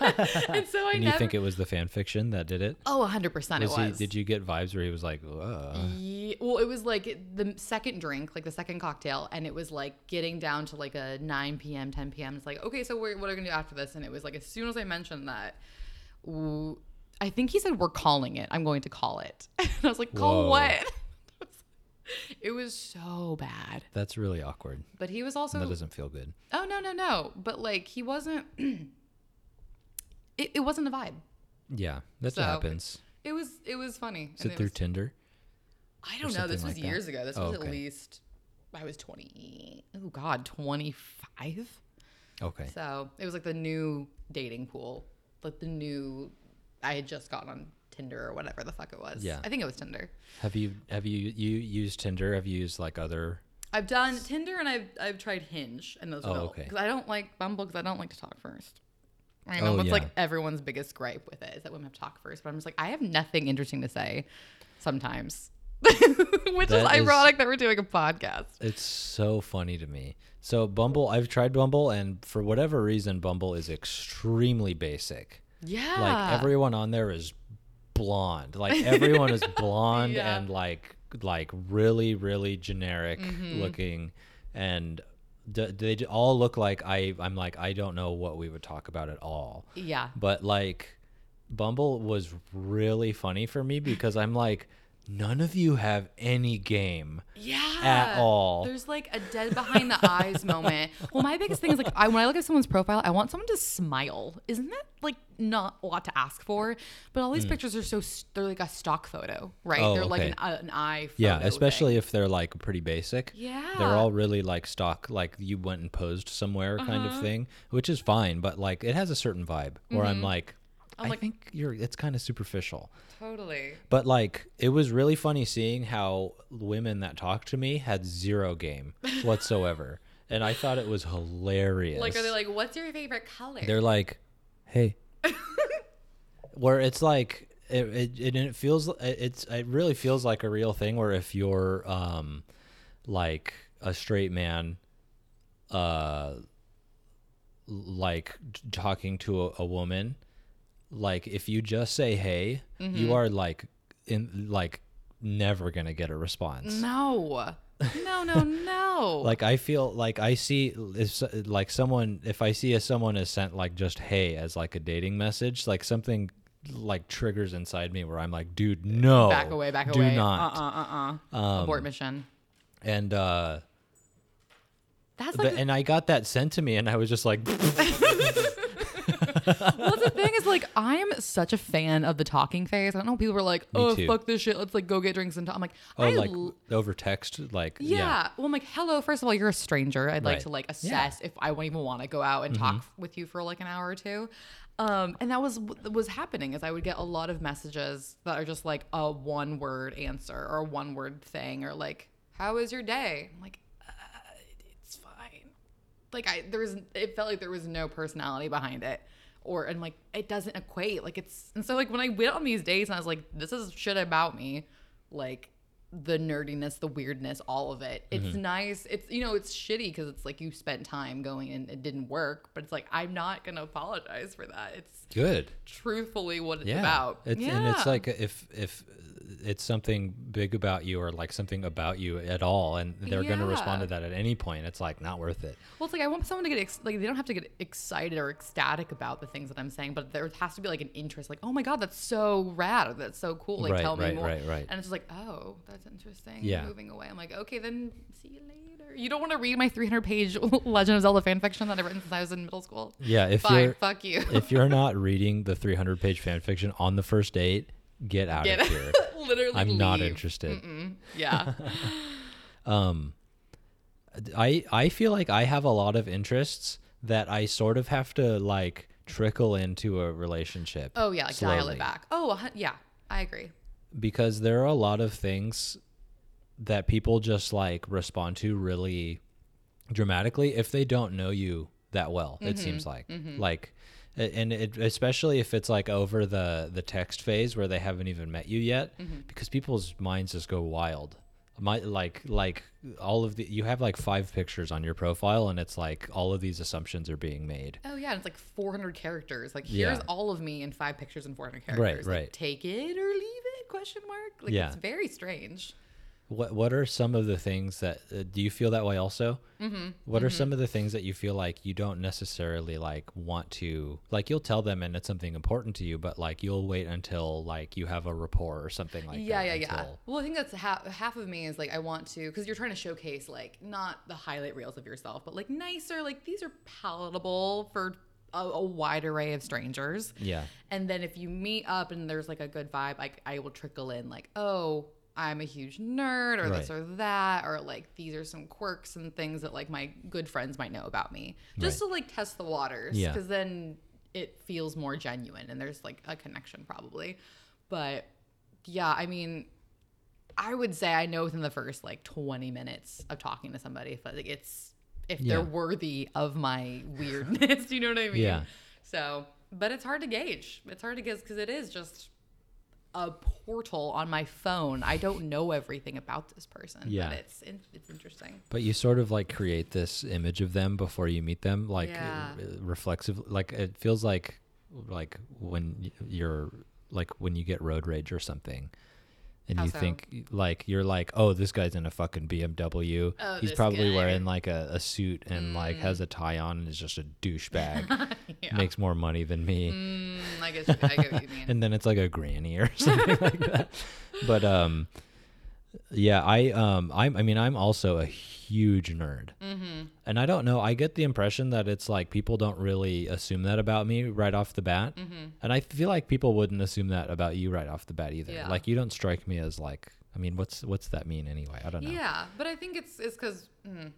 that, and so I And you never. think it was the fan fiction that did it? Oh, 100% it Was was. he, did you get vibes where he was like, Whoa. Ye- well, it was like the second drink, like the second cocktail, and it was like getting down to like a 9 p.m., 10 p.m. It's like, okay, so we're, what are we gonna do after this? And it was like, as soon as I mentioned that, w- I think he said, we're calling it. I'm going to call it. And I was like, call Whoa. what? it was so bad. That's really awkward. But he was also That doesn't feel good. Oh no no no! But like he wasn't. it, it wasn't a vibe. Yeah, that So, happens. It was it was funny. Is and it it through was- Tinder? I don't know. This was something like that? years ago. This Oh, was okay. at least I was twenty. Oh God, twenty five. Okay. So it was like the new dating pool, like the new. I had just gotten on Tinder or whatever the fuck it was. Yeah. I think it was Tinder. Have you have you you used Tinder? Have you used like other? I've done Tinder and I've I've tried Hinge and those. Oh, Oh, okay. Because I don't like Bumble because I don't like to talk first. I know Oh, that's like yeah. everyone's biggest gripe with it is that women have to talk first, but I'm just like I have nothing interesting to say sometimes, which is That is- ironic that we're doing a podcast. It's so funny to me. So Bumble, I've tried Bumble, and for whatever reason, Bumble is extremely basic. Yeah. Like everyone on there is blonde. Like everyone is blonde Yeah. and like like really really generic Mm-hmm. looking and d- they d- all look like I I'm like I don't know what we would talk about at all. Yeah. But like Bumble was really funny for me because I'm like none of you have any game. Yeah. At all. There's like a dead behind the eyes moment. Well, my biggest thing is like I, when I look at someone's profile, I want someone to smile. Isn't that like not a lot to ask for? But all these pictures are so s- they're like a stock photo, right? Mm. Oh, they're like okay. an, uh, an eye. Photo Yeah, thing. especially if they're like pretty basic. Yeah. They're all really like stock, like you went and posed somewhere kind Uh-huh. of thing, which is fine, but like it has a certain vibe where I'm like, i Mm-hmm. like- think you're, it's kind of superficial. Totally. But like it was really funny seeing how women that talked to me had zero game whatsoever. and I thought it was hilarious. Like, are they like, what's your favorite color? They're like, hey. where it's like it, it, it, it feels it- it's it really feels like a real thing where if you're um like a straight man uh like t- talking to a, a woman like if you just say hey you are like in like never gonna get a response no, no, no, no. like I feel like I see if s- like someone if I see as someone has sent like just hey as like a dating message, like something like triggers inside me where I'm like, dude, no, back away, back do away. not. Um, Uh, uh, uh, uh. Abort mission. And uh, That's but, like and I got that sent to me, and I was just like, Well, the thing is, like, I'm such a fan of the talking phase. I don't know. People were like, "Oh, too. fuck this shit. Let's like go get drinks and talk." I'm like, oh, I like l- over text, like yeah. yeah. Well, I'm like, hello. First of all, you're a stranger. I'd like Right. Mm-hmm. to like Yeah. assess if I would even want to go out and talk with you for like an hour or two. Um, and that was what was happening is I would get a lot of messages that are just like a one word answer or a one word thing or like, "How was your day?" I'm like, uh, it's fine like I there was it felt like there was no personality behind it or and like it doesn't equate like it's and so like when I went on these dates and I was like this is shit about me like the nerdiness the weirdness all of it it's Mm-hmm. nice it's you know it's shitty because it's like you spent time going and it didn't work but it's like I'm not gonna apologize for that it's good. truthfully what it's yeah. about It's, And Yeah. it's like if if it's something big about you or like something about you at all, and they're going to respond Yeah. to that at any point, it's like not worth it. Well, it's like I want someone to get ex- like they don't have to get excited or ecstatic about the things that I'm saying, but there has to be like an interest, like oh my god, that's so rad, or that's so cool. Like Right, tell me right, more. right, right. And it's just like oh, that's interesting. Yeah. Moving away, I'm like okay, then see you later. You don't want to read my 300 page Legend of Zelda fan fiction that I've written since I was in middle school. Yeah, if Fine, you're fuck you. if you're not reading the 300 page fan fiction on the first date, get out Get of it? here. Literally, I'm not leave. interested. Yeah. I I feel like I have a lot of interests that I sort of have to like trickle into a relationship. Oh yeah, like dial slowly. it back. Oh uh, yeah, I agree. Because there are a lot of things that people just like respond to really dramatically if they don't know you that well it seems like like a- and it, especially if it's like over the the text phase where they haven't even met you yet because people's minds just go wild my like like all of the you have like five pictures on your profile and it's like all of these assumptions are being made Oh yeah, and it's like 400 characters. Like Yeah. here's all of me in five pictures and 400 characters. Like, right. take it or leave it? Question mark. Like Yeah. it's very strange. What What are some of the things that uh, do you feel that way also? Mm-hmm. What are some of the things that you feel like you don't necessarily like want to like? You'll tell them, and it's something important to you, but like you'll wait until like you have a rapport or something like yeah, that. yeah, yeah. until- Well, I think that's half, half of me is like I want to because you're trying to showcase like not the highlight reels of yourself, but like nicer. Like these are palatable for a, a wide array of strangers. yeah, And then if you meet up and there's like a good vibe, I, I will trickle in like, oh, I'm a huge nerd or this Right. or that, or like these are some quirks and things that like my good friends might know about me just to like test the waters. Yeah. Cause then it feels more genuine and there's like a connection probably. But yeah, I mean, I would say I know within the first like 20 minutes of talking to somebody if like it's if Yeah. they're worthy of my weirdness, you know what I mean? Yeah. So, but it's hard to gauge. It's hard to guess because it is just a portal on my phone. I don't know everything about this person, Yeah. but it's in- it's interesting. But you sort of like create this image of them before you meet them, like Yeah. uh, reflexive. Like it feels like like when y- you're like when you get road rage or something, and How you so? think like you're like, oh, this guy's in a fucking BMW. Oh, He's this probably guy. Mm. wearing like a, a suit and like has a tie on and is just a douchebag. Yeah. Makes more money than me. Mm, I guess I get what you mean. and then it's like a granny or something like that. But um, yeah, I um, I'm, I mean, I'm also a huge nerd, Mm-hmm. and I don't know. I get the impression that it's like people don't really assume that about me right off the bat, Mm-hmm. and I feel like people wouldn't assume that about you right off the bat either. Yeah. Like you don't strike me as like. I mean, what's what's that mean anyway? I don't know. Yeah, but I think it's it's because mm,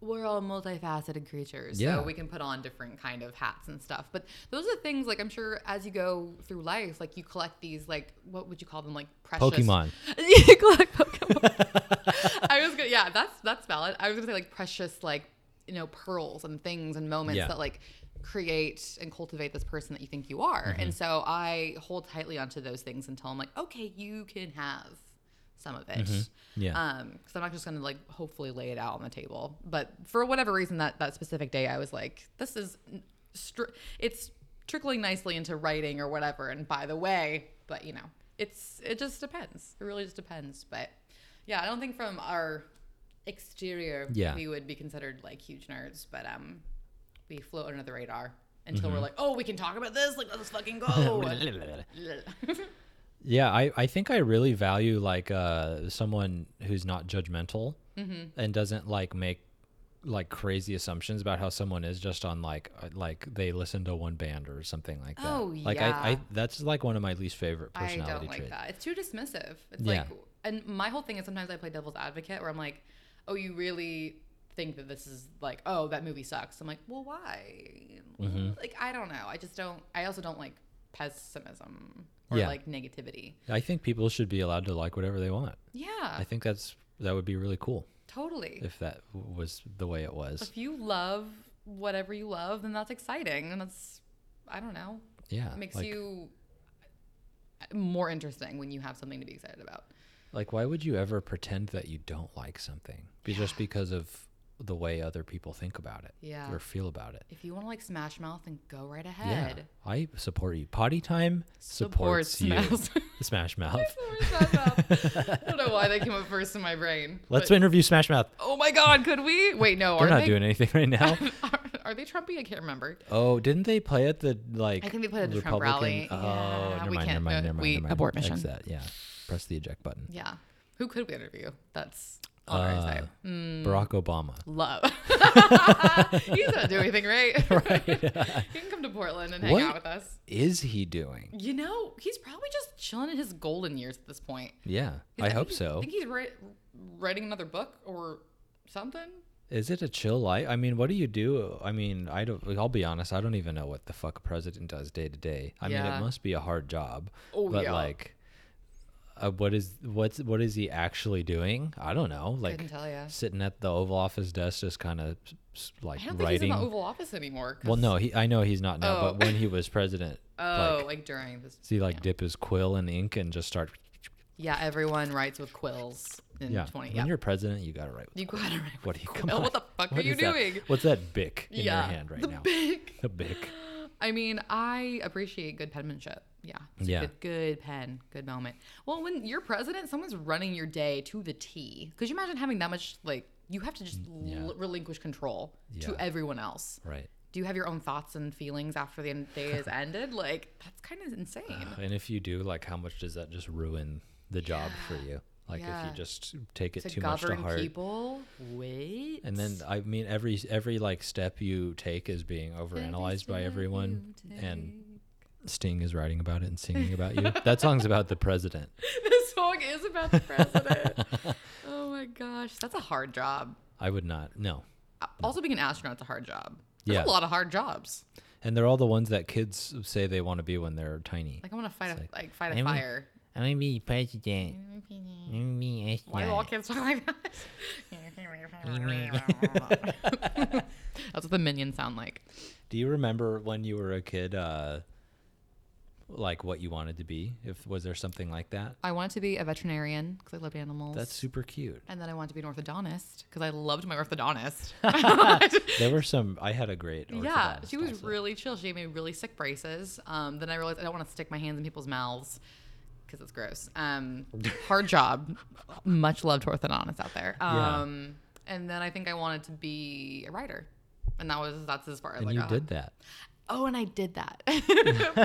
we're all multifaceted creatures, Yeah. so we can put on different kind of hats and stuff. But those are things like I'm sure as you go through life, like you collect these like what would you call them like precious Pokemon. you collect Pokemon. I was gonna yeah, that's that's valid. I was gonna say like precious like you know pearls and things and moments Yeah. that like create and cultivate this person that you think you are. Mm-hmm. And so I hold tightly onto those things until I'm like, okay, you can have some of it. Mm-hmm. Yeah. Um, because I'm not just gonna like hopefully lay it out on the table. But for whatever reason, that that specific day, I was like, this is, str- it's trickling nicely into writing or whatever. And by the way, but you know, it's it just depends. It really just depends. But yeah, I don't think from our exterior, Yeah. we would be considered like huge nerds. But um, we float under the radar until Mm-hmm. we're like, oh, we can talk about this. Like, let's fucking go. Yeah, I, I think I really value like uh, someone who's not judgmental Mm-hmm. and doesn't like make like crazy assumptions about how someone is just on like uh, like they listen to one band or something like that. Oh, like I, I yeah. that's like one of my least favorite I personality don't like traits. that. It's too dismissive. It's Yeah. like, and my whole thing is sometimes I play devil's advocate where I'm like, oh, you really think that this is like, oh, that movie sucks. I'm like, well, why? Mm-hmm. Like, I don't know. I just don't, I also don't like pessimism or Yeah. like negativity. I think people should be allowed to like whatever they want. Yeah, I think that's that would be really cool totally. If, if that w- was the way it was. you love whatever you love, then that's exciting. And that's, I don't know, Yeah. it makes Uh, like, you uh, more interesting when you have something to be excited about. Like, why would you ever pretend that you don't like something Be- just because of the way other people think about it Yeah. or feel about it? If you want to like smash mouth, then go right ahead. Yeah, I support you. Potty time supports Supports you. Smash Mouth. Where's that mouth? I don't know why that came up first in my brain. Let's but- interview Smash Mouth. Oh my God, could we? Wait, no. They're are not they, doing anything right now. Are, are they Trumpy? I can't remember. oh, didn't they play at the like? I think they played at the Trump rally. Republican- Oh, Yeah, never we mind, never can't- mind, no, never mind, we- never mind. abort X mission. that, yeah, press the eject button. Yeah. Who could we interview? That's on our Uh, side. Mm, Barack Obama. Love. He's not doing anything, right? right. he can come to Portland and hang What? out with us. Is he doing? You know, he's probably just chilling in his golden years at this point. Yeah, I think hope he's- so. I think he's wri- writing another book or something. Is it a chill life? I mean, what do you do? I mean, I don't. I'll be honest. I don't even know what the fuck a president does day to day. I mean, it Yeah. must be a hard job. Oh, but yeah. like, uh, what is what's what is he actually doing? I don't know. Like Couldn't tell ya. sitting at the Oval Office desk, just kind of like I don't think writing. he's in the Oval Office anymore. 'cause- well, no, he. I know he's not now. Oh. But when he was president, Oh, like, like, during this. does he like dip his quill in ink and just start? Yeah, everyone writes with quills in Yeah. 20. When Yeah. you're president, you gotta write. With You gotta write with what do you a come quill. on? What the fuck are you is that- doing? What's that bic in yeah. your hand right the now? Big. The bic. I mean, I appreciate good penmanship. Yeah. It's a Yeah. Good, good pen. Good moment. Well, when you're president, someone's running your day to the T. Could you imagine having that much, like, you have to just Mm, yeah. l- relinquish control Yeah. to everyone else. Right. Do you have your own thoughts and feelings after the end- day is ended? Like, that's kind of insane. And if you do, like, how much does that just ruin the job for you? Like, if Yeah. you just take it to too much to govern heart, people. Wait. and then I mean, every every like step you take is being overanalyzed by everyone. And Sting is writing about it and singing about you. that song's about the president. this song is about the president. oh my gosh, that's a hard job. I would not. No. Also, being an astronaut's a hard job. There's Yeah. a lot of hard jobs. And they're all the ones that kids say they want to be when they're tiny. Like I want to fight a like, like fight a I'm a- fire. I'm gonna be president. I'm gonna be Why do all astronaut. kids talk like that? That's what the minions sound like. Do you remember when you were a kid, uh, like what you wanted to be? If was there something like that? I wanted to be a veterinarian because I loved animals. That's super cute. and then I wanted to be an orthodontist because I loved my orthodontist. There were some. I had a great. Yeah, orthodontist she was also. really chill. She gave me really sick braces. Um, then I realized I don't want to stick my hands in people's mouths because it's gross. Um, hard job. Much love to Orthodontist out there. Yeah. Um, and then I think I wanted to be a writer, and that was that's as far as And I you got. did that. Oh, and I did that.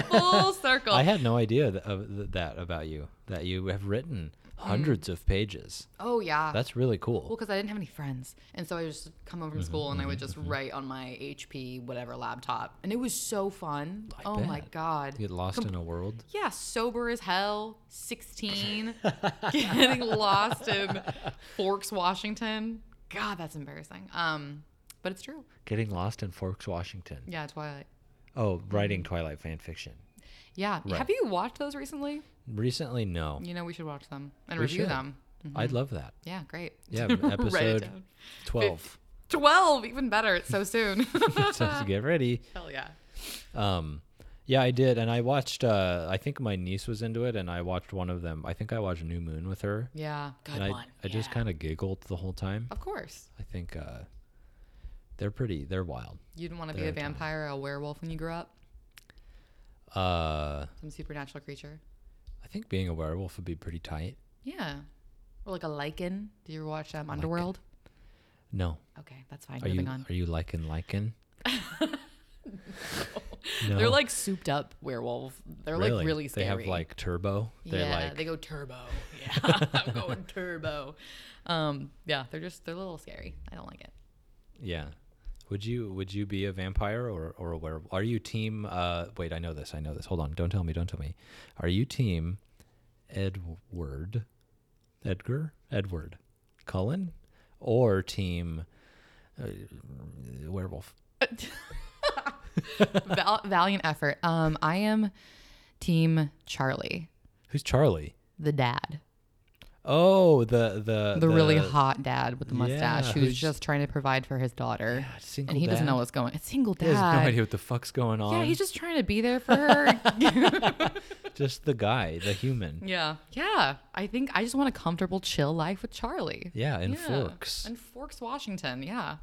Full circle. I had no idea th- of th- that about you. That you have written hundreds of pages. oh yeah. That's really Mm. Well, cool. because I didn't have any friends, and so I would just come Mm-hmm, home from school and I would just write on my HP whatever laptop, and it was so fun. oh my bet. god! You get lost in a world. Yeah, sober as hell, sixteen, getting lost in Forks, Washington. God, that's embarrassing. Um, but it's true. Getting lost in Forks, Washington. Yeah, Mm-hmm. Twilight. Oh, writing Twilight fan fiction. Yeah, Right. have you watched those recently? Recently, no. You know, we should watch them and We review should. them. I'd love that. Yeah, great. Yeah, Write it episode down. 12. Twelve, even better. It's so soon. so to get ready. hell yeah. Um, yeah, I did, and I watched. Uh, I think my niece was into it, and I watched one of them. I think I watched New Moon with her, Yeah, Oh. good and I, one. I just kind of giggled the whole time. Of course. I think uh, they're pretty. They're wild. You didn't want to be a vampire or a werewolf when you grew up? Uh, Some supernatural creature? I think being a werewolf would be pretty tight. Yeah. Or like a lichen. Do you ever watch um, Underworld? No, Okay, that's fine. are Moving you on. are you lichen lichen? no. They're like souped up werewolf. They're like really scary. They have like turbo. They're yeah, like they go turbo. Yeah, I'm going turbo. Um, yeah, they're just they're a little scary. I don't like it. yeah. Would you would you be a vampire or or a werewolf? Are you team? Uh, wait, I know this. I know this. Hold on. Don't tell me. Don't tell me. Are you team Edward, Edgar, Edward, Cullen, or team uh, werewolf? Val- valiant effort. Um, I am Team Charlie, Who's Charlie? the dad, Oh, the the the, really hot dad with the mustache Yeah, who's who's- just trying to provide for his daughter. single and he doesn't dad. know what's going. It's single dad. He has no idea what the fuck's going on. Yeah, he's just trying to be there for her. just the guy, the human. yeah. Yeah. I think I just want a comfortable, chill life with Charlie. Yeah, in Forks. In Forks, Washington. Yeah.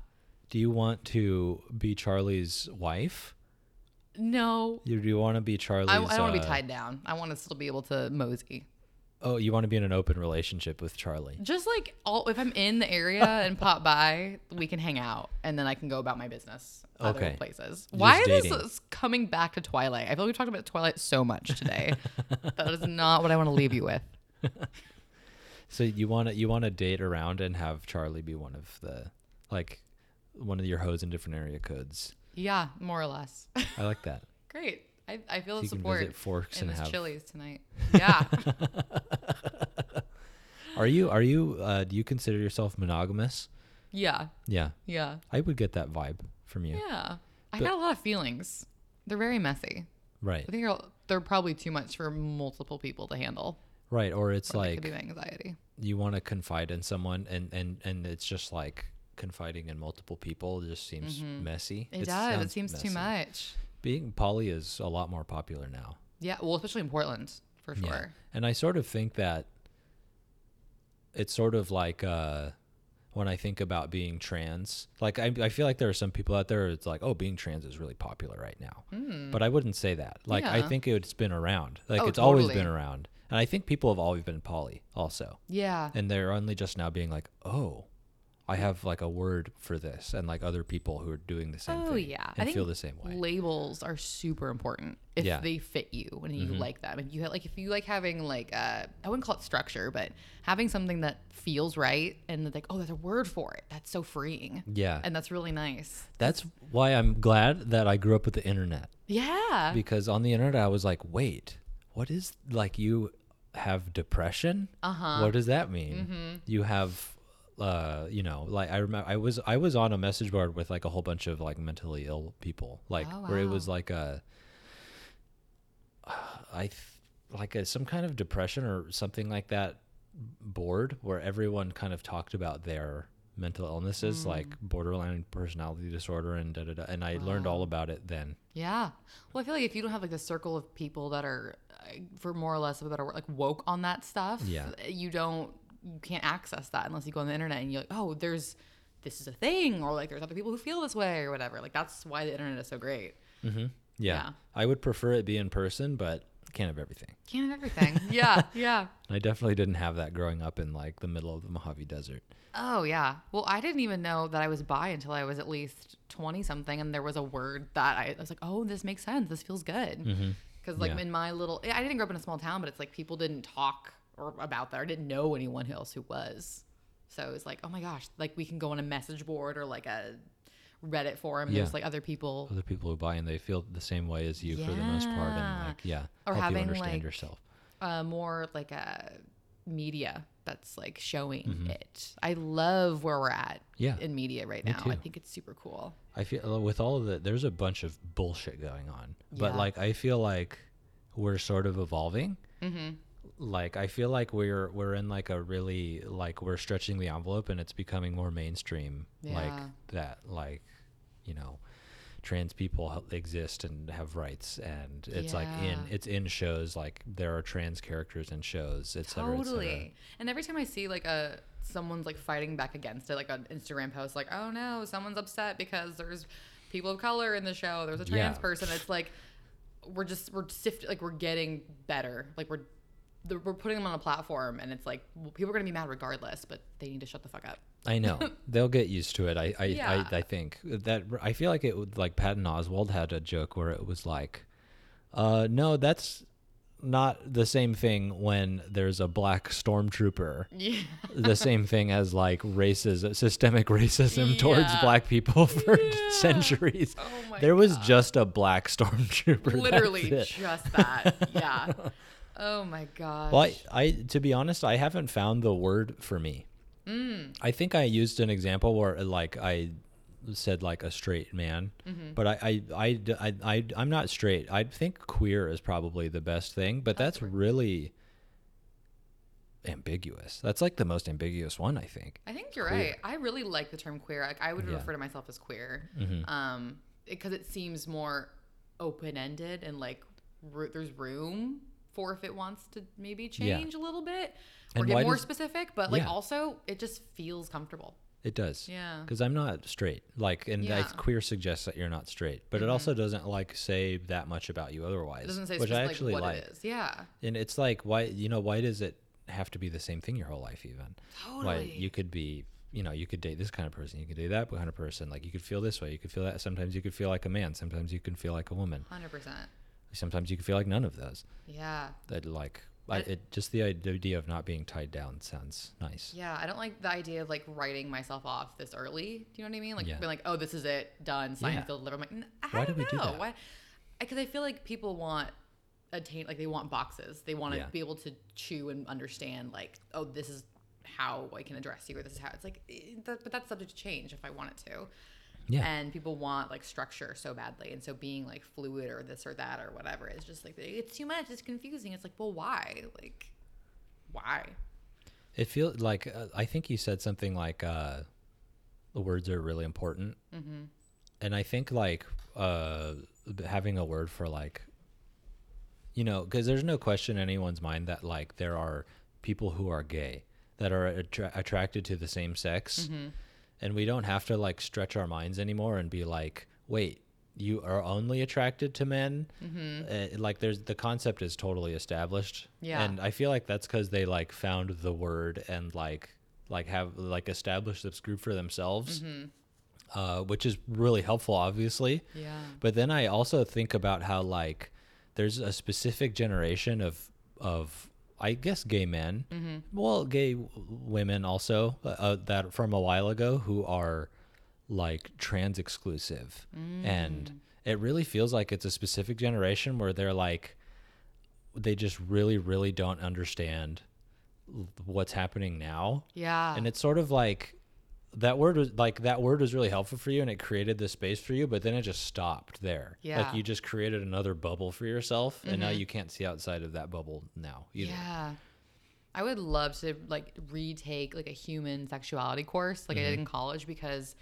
Do you want to be Charlie's wife? No. You, do you want to be Charlie's? I, I don't want to uh, be tied down. I want to still be able to mosey. Oh, you want to be in an open relationship with Charlie? Just like all, if I'm in the area and pop by, we can hang out, and then I can go about my business other Okay. places. Why is this dating. is coming back to Twilight? I feel like we talked about Twilight so much today. that is not what I want to leave you with. So you want to you want to date around and have Charlie be one of the like one of your hoes in different area codes. Yeah, more or less. I like that. Great. I, I feel So the you can support visit Forks in and this have- Chili's tonight. Yeah. Are you are you uh, do you consider yourself monogamous? yeah. Yeah, Yeah. I would get that vibe from you. Yeah. I But- got a lot of feelings. They're very messy. Right, I think they're, they're probably too much for multiple people to handle. right. Or it's Or they like could be anxiety. you want to confide in someone and and and it's just like confiding in multiple people just seems messy Mm-hmm. It, does. It sounds seems too messy. much. being poly is a lot more popular now Yeah. Well, especially in Portland, for sure. and i sort of think that it's sort of like uh when i think about being trans like i, I feel like there are some people out there it's like oh being trans is really popular right now but i wouldn't say that like i Hmm. Yeah. think it's been around like Oh, it's always been totally. around and i think people have always been poly also Yeah. and they're only just now being like, oh, I have like a word for this, and like other people who are doing the same Oh thing yeah, and feel the same way. Labels are super important if Yeah. Mm-hmm. they fit you and you like them. And you ha- like if you like having like uh, I wouldn't call it structure, but having something that feels right and that like oh, there's a word for it. That's so freeing. yeah, and that's really nice. that's why I'm glad that I grew up with the internet Yeah, because on the internet I was like, wait, what is like you have depression? Uh huh. Uh-huh. What does that mean? Mm-hmm. You have. Uh, you know, like I remember, I was I was on a message board with like a whole bunch of like mentally ill people, like Oh, where it wow. was like a, I th- like a, some kind of depression or something like that board where everyone kind of talked about their mental illnesses like Mm. borderline personality disorder and da da da and I learned all about it then. yeah. Well, I feel like if you don't have like a circle of people that are, uh, for more or less of a better word, like woke on that stuff, Yeah. you don't, you can't access that unless you go on the internet and you're like, oh, there's, this is a thing, or like there's other people who feel this way or whatever. Like that's why the internet is so great. Yeah. Yeah. I would prefer it be in person, but Can't have everything. Can't have everything. Yeah, yeah. And I definitely didn't have that growing up in like the middle of the Mojave Desert. Oh yeah. Well, I didn't even know that I was bi until I was at least twenty something, and there was a word that I, I was like, "Oh, this makes sense. This feels good." Because like Mm-hmm. Yeah. in my little, I didn't grow up in a small town, but it's like people didn't talk or about that, or didn't know anyone else who was. So it was like, oh my gosh, like we can go on a message board or like a Reddit forum. and Yeah. There's like other people Other people who buy and they feel the same way as you for the most part, and Yeah. like yeah, Or help having, you understand like- yourself. uh, more like a media that's like showing it. I love where we're at Mm-hmm. Yeah. in media right Me now. I too. think it's super cool. I feel uh, with all of the there's a bunch of bullshit going on, but Yeah. like I feel like we're sort of evolving. Mm-hmm. Like I feel like we're we're in like a really like we're stretching the envelope and it's becoming more mainstream. Yeah. Like that, like you know, trans people h- exist and have rights, and it's like in Yeah. it's in shows. Like there are trans characters in shows, et cetera, et cetera. Totally. And every time I see like a someone's like fighting back against it, like an Instagram post, like, oh no, someone's upset because there's people of color in the show. There's a trans Yeah. person. It's like we're just we're sift like we're getting better. Like we're the, we're putting them on a platform, and it's like well, people are gonna be mad regardless, but they need to shut the fuck up. I know they'll get used to it. I I, Yeah. I I think that I feel like it would like Patton Oswald had a joke where it was like, uh, no, that's not the same thing when there's a black stormtrooper. Yeah. the same thing as like racism, systemic racism towards Yeah. black people for centuries. Oh my there was just a black stormtrooper. that's Literally it. just that. Yeah. Oh my gosh. Well, I, I to be honest, I haven't found the word for me. Mm. I think I used an example where like I said like a straight man, Mm-hmm. but I I, I I I am not straight. I think queer is probably the best thing, but that's really ambiguous. That's like the most ambiguous one, I think. I think you're right. I really like the term queer. Like I would refer to myself as queer, Mm-hmm. um, because it seems more open ended and like ru there's room for if it wants to maybe Yeah. change a little bit or And why get more does- specific. But like Yeah. also, it just feels comfortable. It does. Yeah. Because I'm not straight. Like, and I, Yeah. queer suggests that you're not straight, but it also doesn't like say that much about you otherwise. It doesn't say which I specific actually like what like. it is. Yeah, And it's like, why, you know, why does it have to be the same thing your whole life, even? Why Totally. you could be, you know, you could date this kind of person, you could date that kind of person. Like, you could feel this way, you could feel that. Sometimes you could feel like a man, sometimes you can feel like a woman, hundred percent. sometimes you could feel like none of those. Yeah, That, like, I, it just the idea of not being tied down sounds nice. yeah. I don't like the idea of like writing myself off this early. Do you know what I mean? Like Yeah. being like, oh, this is it, done. Yeah. Seinfeld, delivered. I'm like, "N- I Why do don't we know. do that? Why? Because I feel like people want attain, like they want boxes. They want to Yeah. be able to chew and understand, like, oh, this is how I can address you, or this is how it's like. eh, That, but that's subject to change if I want it to. Yeah. And people want like structure so badly, and so being like fluid or this or that or whatever is just like it's too much. It's confusing. It's like, well, why? Like, why? It feels like uh, I think you said something like uh, the words are really important, and I think like uh, having a word for like, you know, because there's no question in anyone's mind that like there are people who are gay that are attra- attracted to the same sex, and we don't have to like stretch our minds anymore and be like, wait. You are only attracted to men. Uh, like, there's the concept is totally established. Yeah. And I feel like that's because they like found the word and like like have like established this group for themselves, uh, which is really helpful, obviously. Yeah. But then I also think about how like there's a specific generation of of I guess gay men, well, gay w- women also uh, uh, that from a while ago who are like trans exclusive, and it really feels like it's a specific generation where they're like they just really really don't understand l- what's happening now Yeah. and it's sort of like that word was like that word was really helpful for you and it created this space for you but then it just stopped there like Yeah. Mm-hmm. you just created another bubble for yourself and now you can't see outside of that bubble now either. Yeah. I would love to like retake like a human sexuality course like I Mm-hmm. did in college because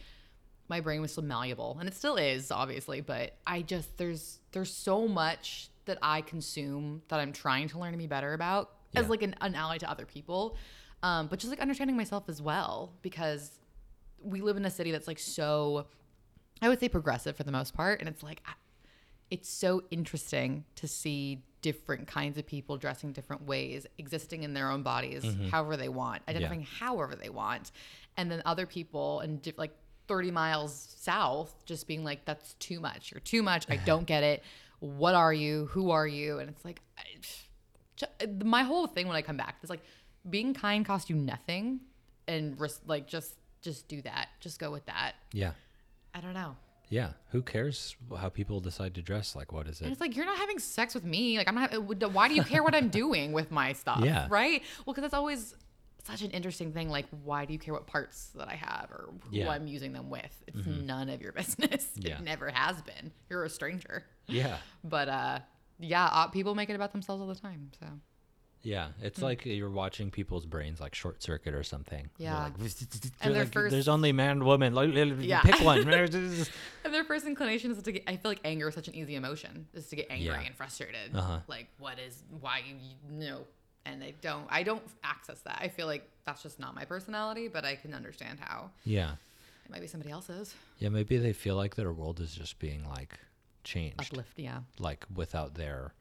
my brain was so malleable and it still is obviously, but I just there's there's so much that I consume that I'm trying to learn to be better about as Yeah. like an, an ally to other people. Um, but just like understanding myself as well because we live in a city that's like so I would say progressive for the most part and it's like I- it's so interesting to see different kinds of people dressing different ways, existing in their own bodies however they want, identifying however they want, and then other people and di- like 30 miles south just being like, "That's too much. You're too much. I don't get it. What are you? Who are you?" And it's like, I, my whole thing when I come back is like, being kind costs you nothing, and res- like just just do that. Just go with that. Yeah. I don't know. Yeah. Who cares how people decide to dress? Like, what is And it? it's like you're not having sex with me. Like I'm not. uh, Why do you care what I'm doing with my stuff? Yeah. Right. Well, because that's always such an interesting thing. Like, why do you care what parts that I have or who Yeah. Mm-hmm. I'm using them with? It's none of your business. Yeah. It never has been. You're a stranger. Yeah. But uh, yeah, uh, people make it about themselves all the time. So Yeah. It's Hmm. like you're watching people's brains like short circuit or something. They're Yeah. like, And their like, first- There's only man and woman. Like, Yeah. Pick one. and their first inclination is to get. I feel like anger is such an easy emotion. Is to get angry Yeah. and frustrated. Uh-huh. Like what is why you, you know. And I don't. I don't access that. I feel like that's just not my personality. But I can understand how. yeah. It might be somebody else's. Yeah. Maybe they feel like their world is just being like changed, Uplift, yeah. like without their.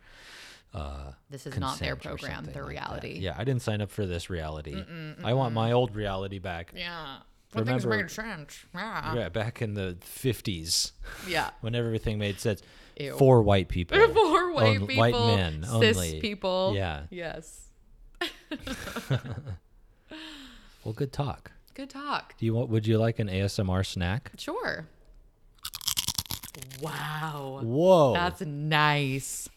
Uh, This is not their consent or program, something their like that. reality. Mm, Yeah, I didn't sign up for this reality. I want my old reality back. Yeah. When things Remember- make a change. Yeah. Yeah, back in the 50s Yeah. when everything made sense. Ew. For white people. For white Only- people. white men cis only. people. Yeah. Yes. Well, good talk. Good talk. Do you want? Would you like an ASMR snack? Sure. Wow. Whoa! That's nice.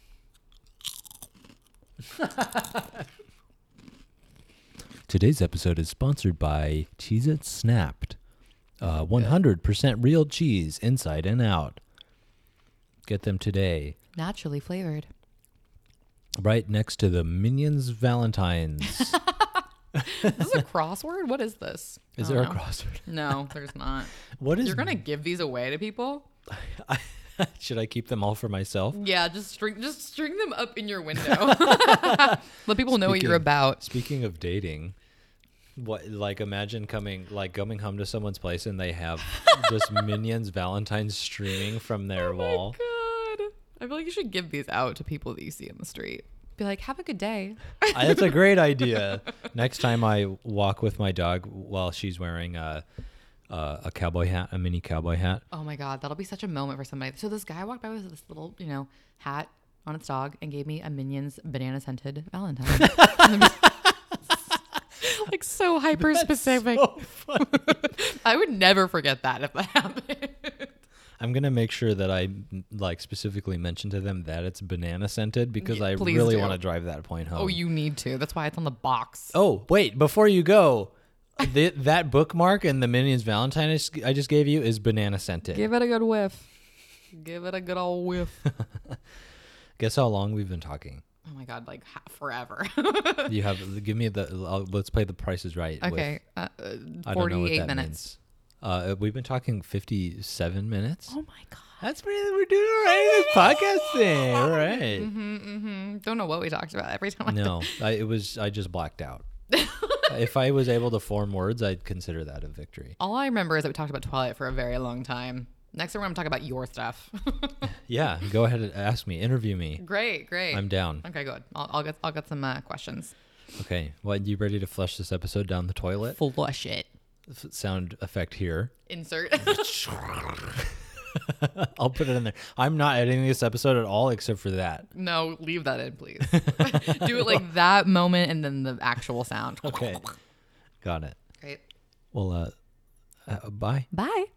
Today's episode is sponsored by Cheez It Snapped. Uh, 100% real cheese inside and out. Get them today, Naturally flavored. right next to the Minions Valentines. Is this a crossword? What is this? Is I there a don't know. crossword? No, there's not. Oh, What is- You're gonna give these away to people? Should I keep them all for myself? Yeah, just string just string them up in your window. Let people know what you're Speaking- about. Speaking of dating, what like imagine coming like coming home to someone's place and they have just Minions Valentines streaming from their Oh wall. God. I feel like you should give these out to people that you see in the street. Be like, have a good day. I- That's a great idea. Next time I walk with my dog while she's wearing a a, a cowboy hat, a mini cowboy hat. Oh my God, that'll be such a moment for somebody. So this guy walked by with this little, you know, hat on its dog and gave me a Minions banana scented Valentine. And I'm just- like so hyper specific. So funny. I would never forget that if that happened. I'm gonna make sure that I like specifically mention to them that it's banana scented because Yeah, I please really do. want to drive that point home. Oh, you need to. That's why it's on the box. Oh, wait, before you go, the, that bookmark and the Minions Valentine I just- I just gave you is banana scented. Give it a good whiff. Give it a good old whiff. Guess how long we've been talking? Oh my God, like ha- forever. You have give me the I'll, let's play the Price is Right. okay. with, Uh, uh, I don't know what 48 that minutes. means. Uh, we've been talking fifty-seven minutes. Oh my God. That's pretty. We're doing all right. This podcast thing. All right. Mm-hmm. Don't know what we talked about every time. I No, I, it was. I just blacked out. if I was able to form words, I'd consider that a victory. All I remember is that we talked about Twilight for a very long time. Next time we're gonna talk about your stuff. Yeah, go ahead and ask me. Interview me. great, great. I'm down. Okay, good. I'll, I'll get I'll get some uh, questions. Okay. Well, you ready to flush this episode down the toilet? Flush it. F- sound effect here. Insert. I'll put it in there. I'm not editing this episode at all, except for that. no, leave that in, please. Do it like that moment and then the actual sound. Okay. Got it. Great. Well, uh, uh bye. Bye.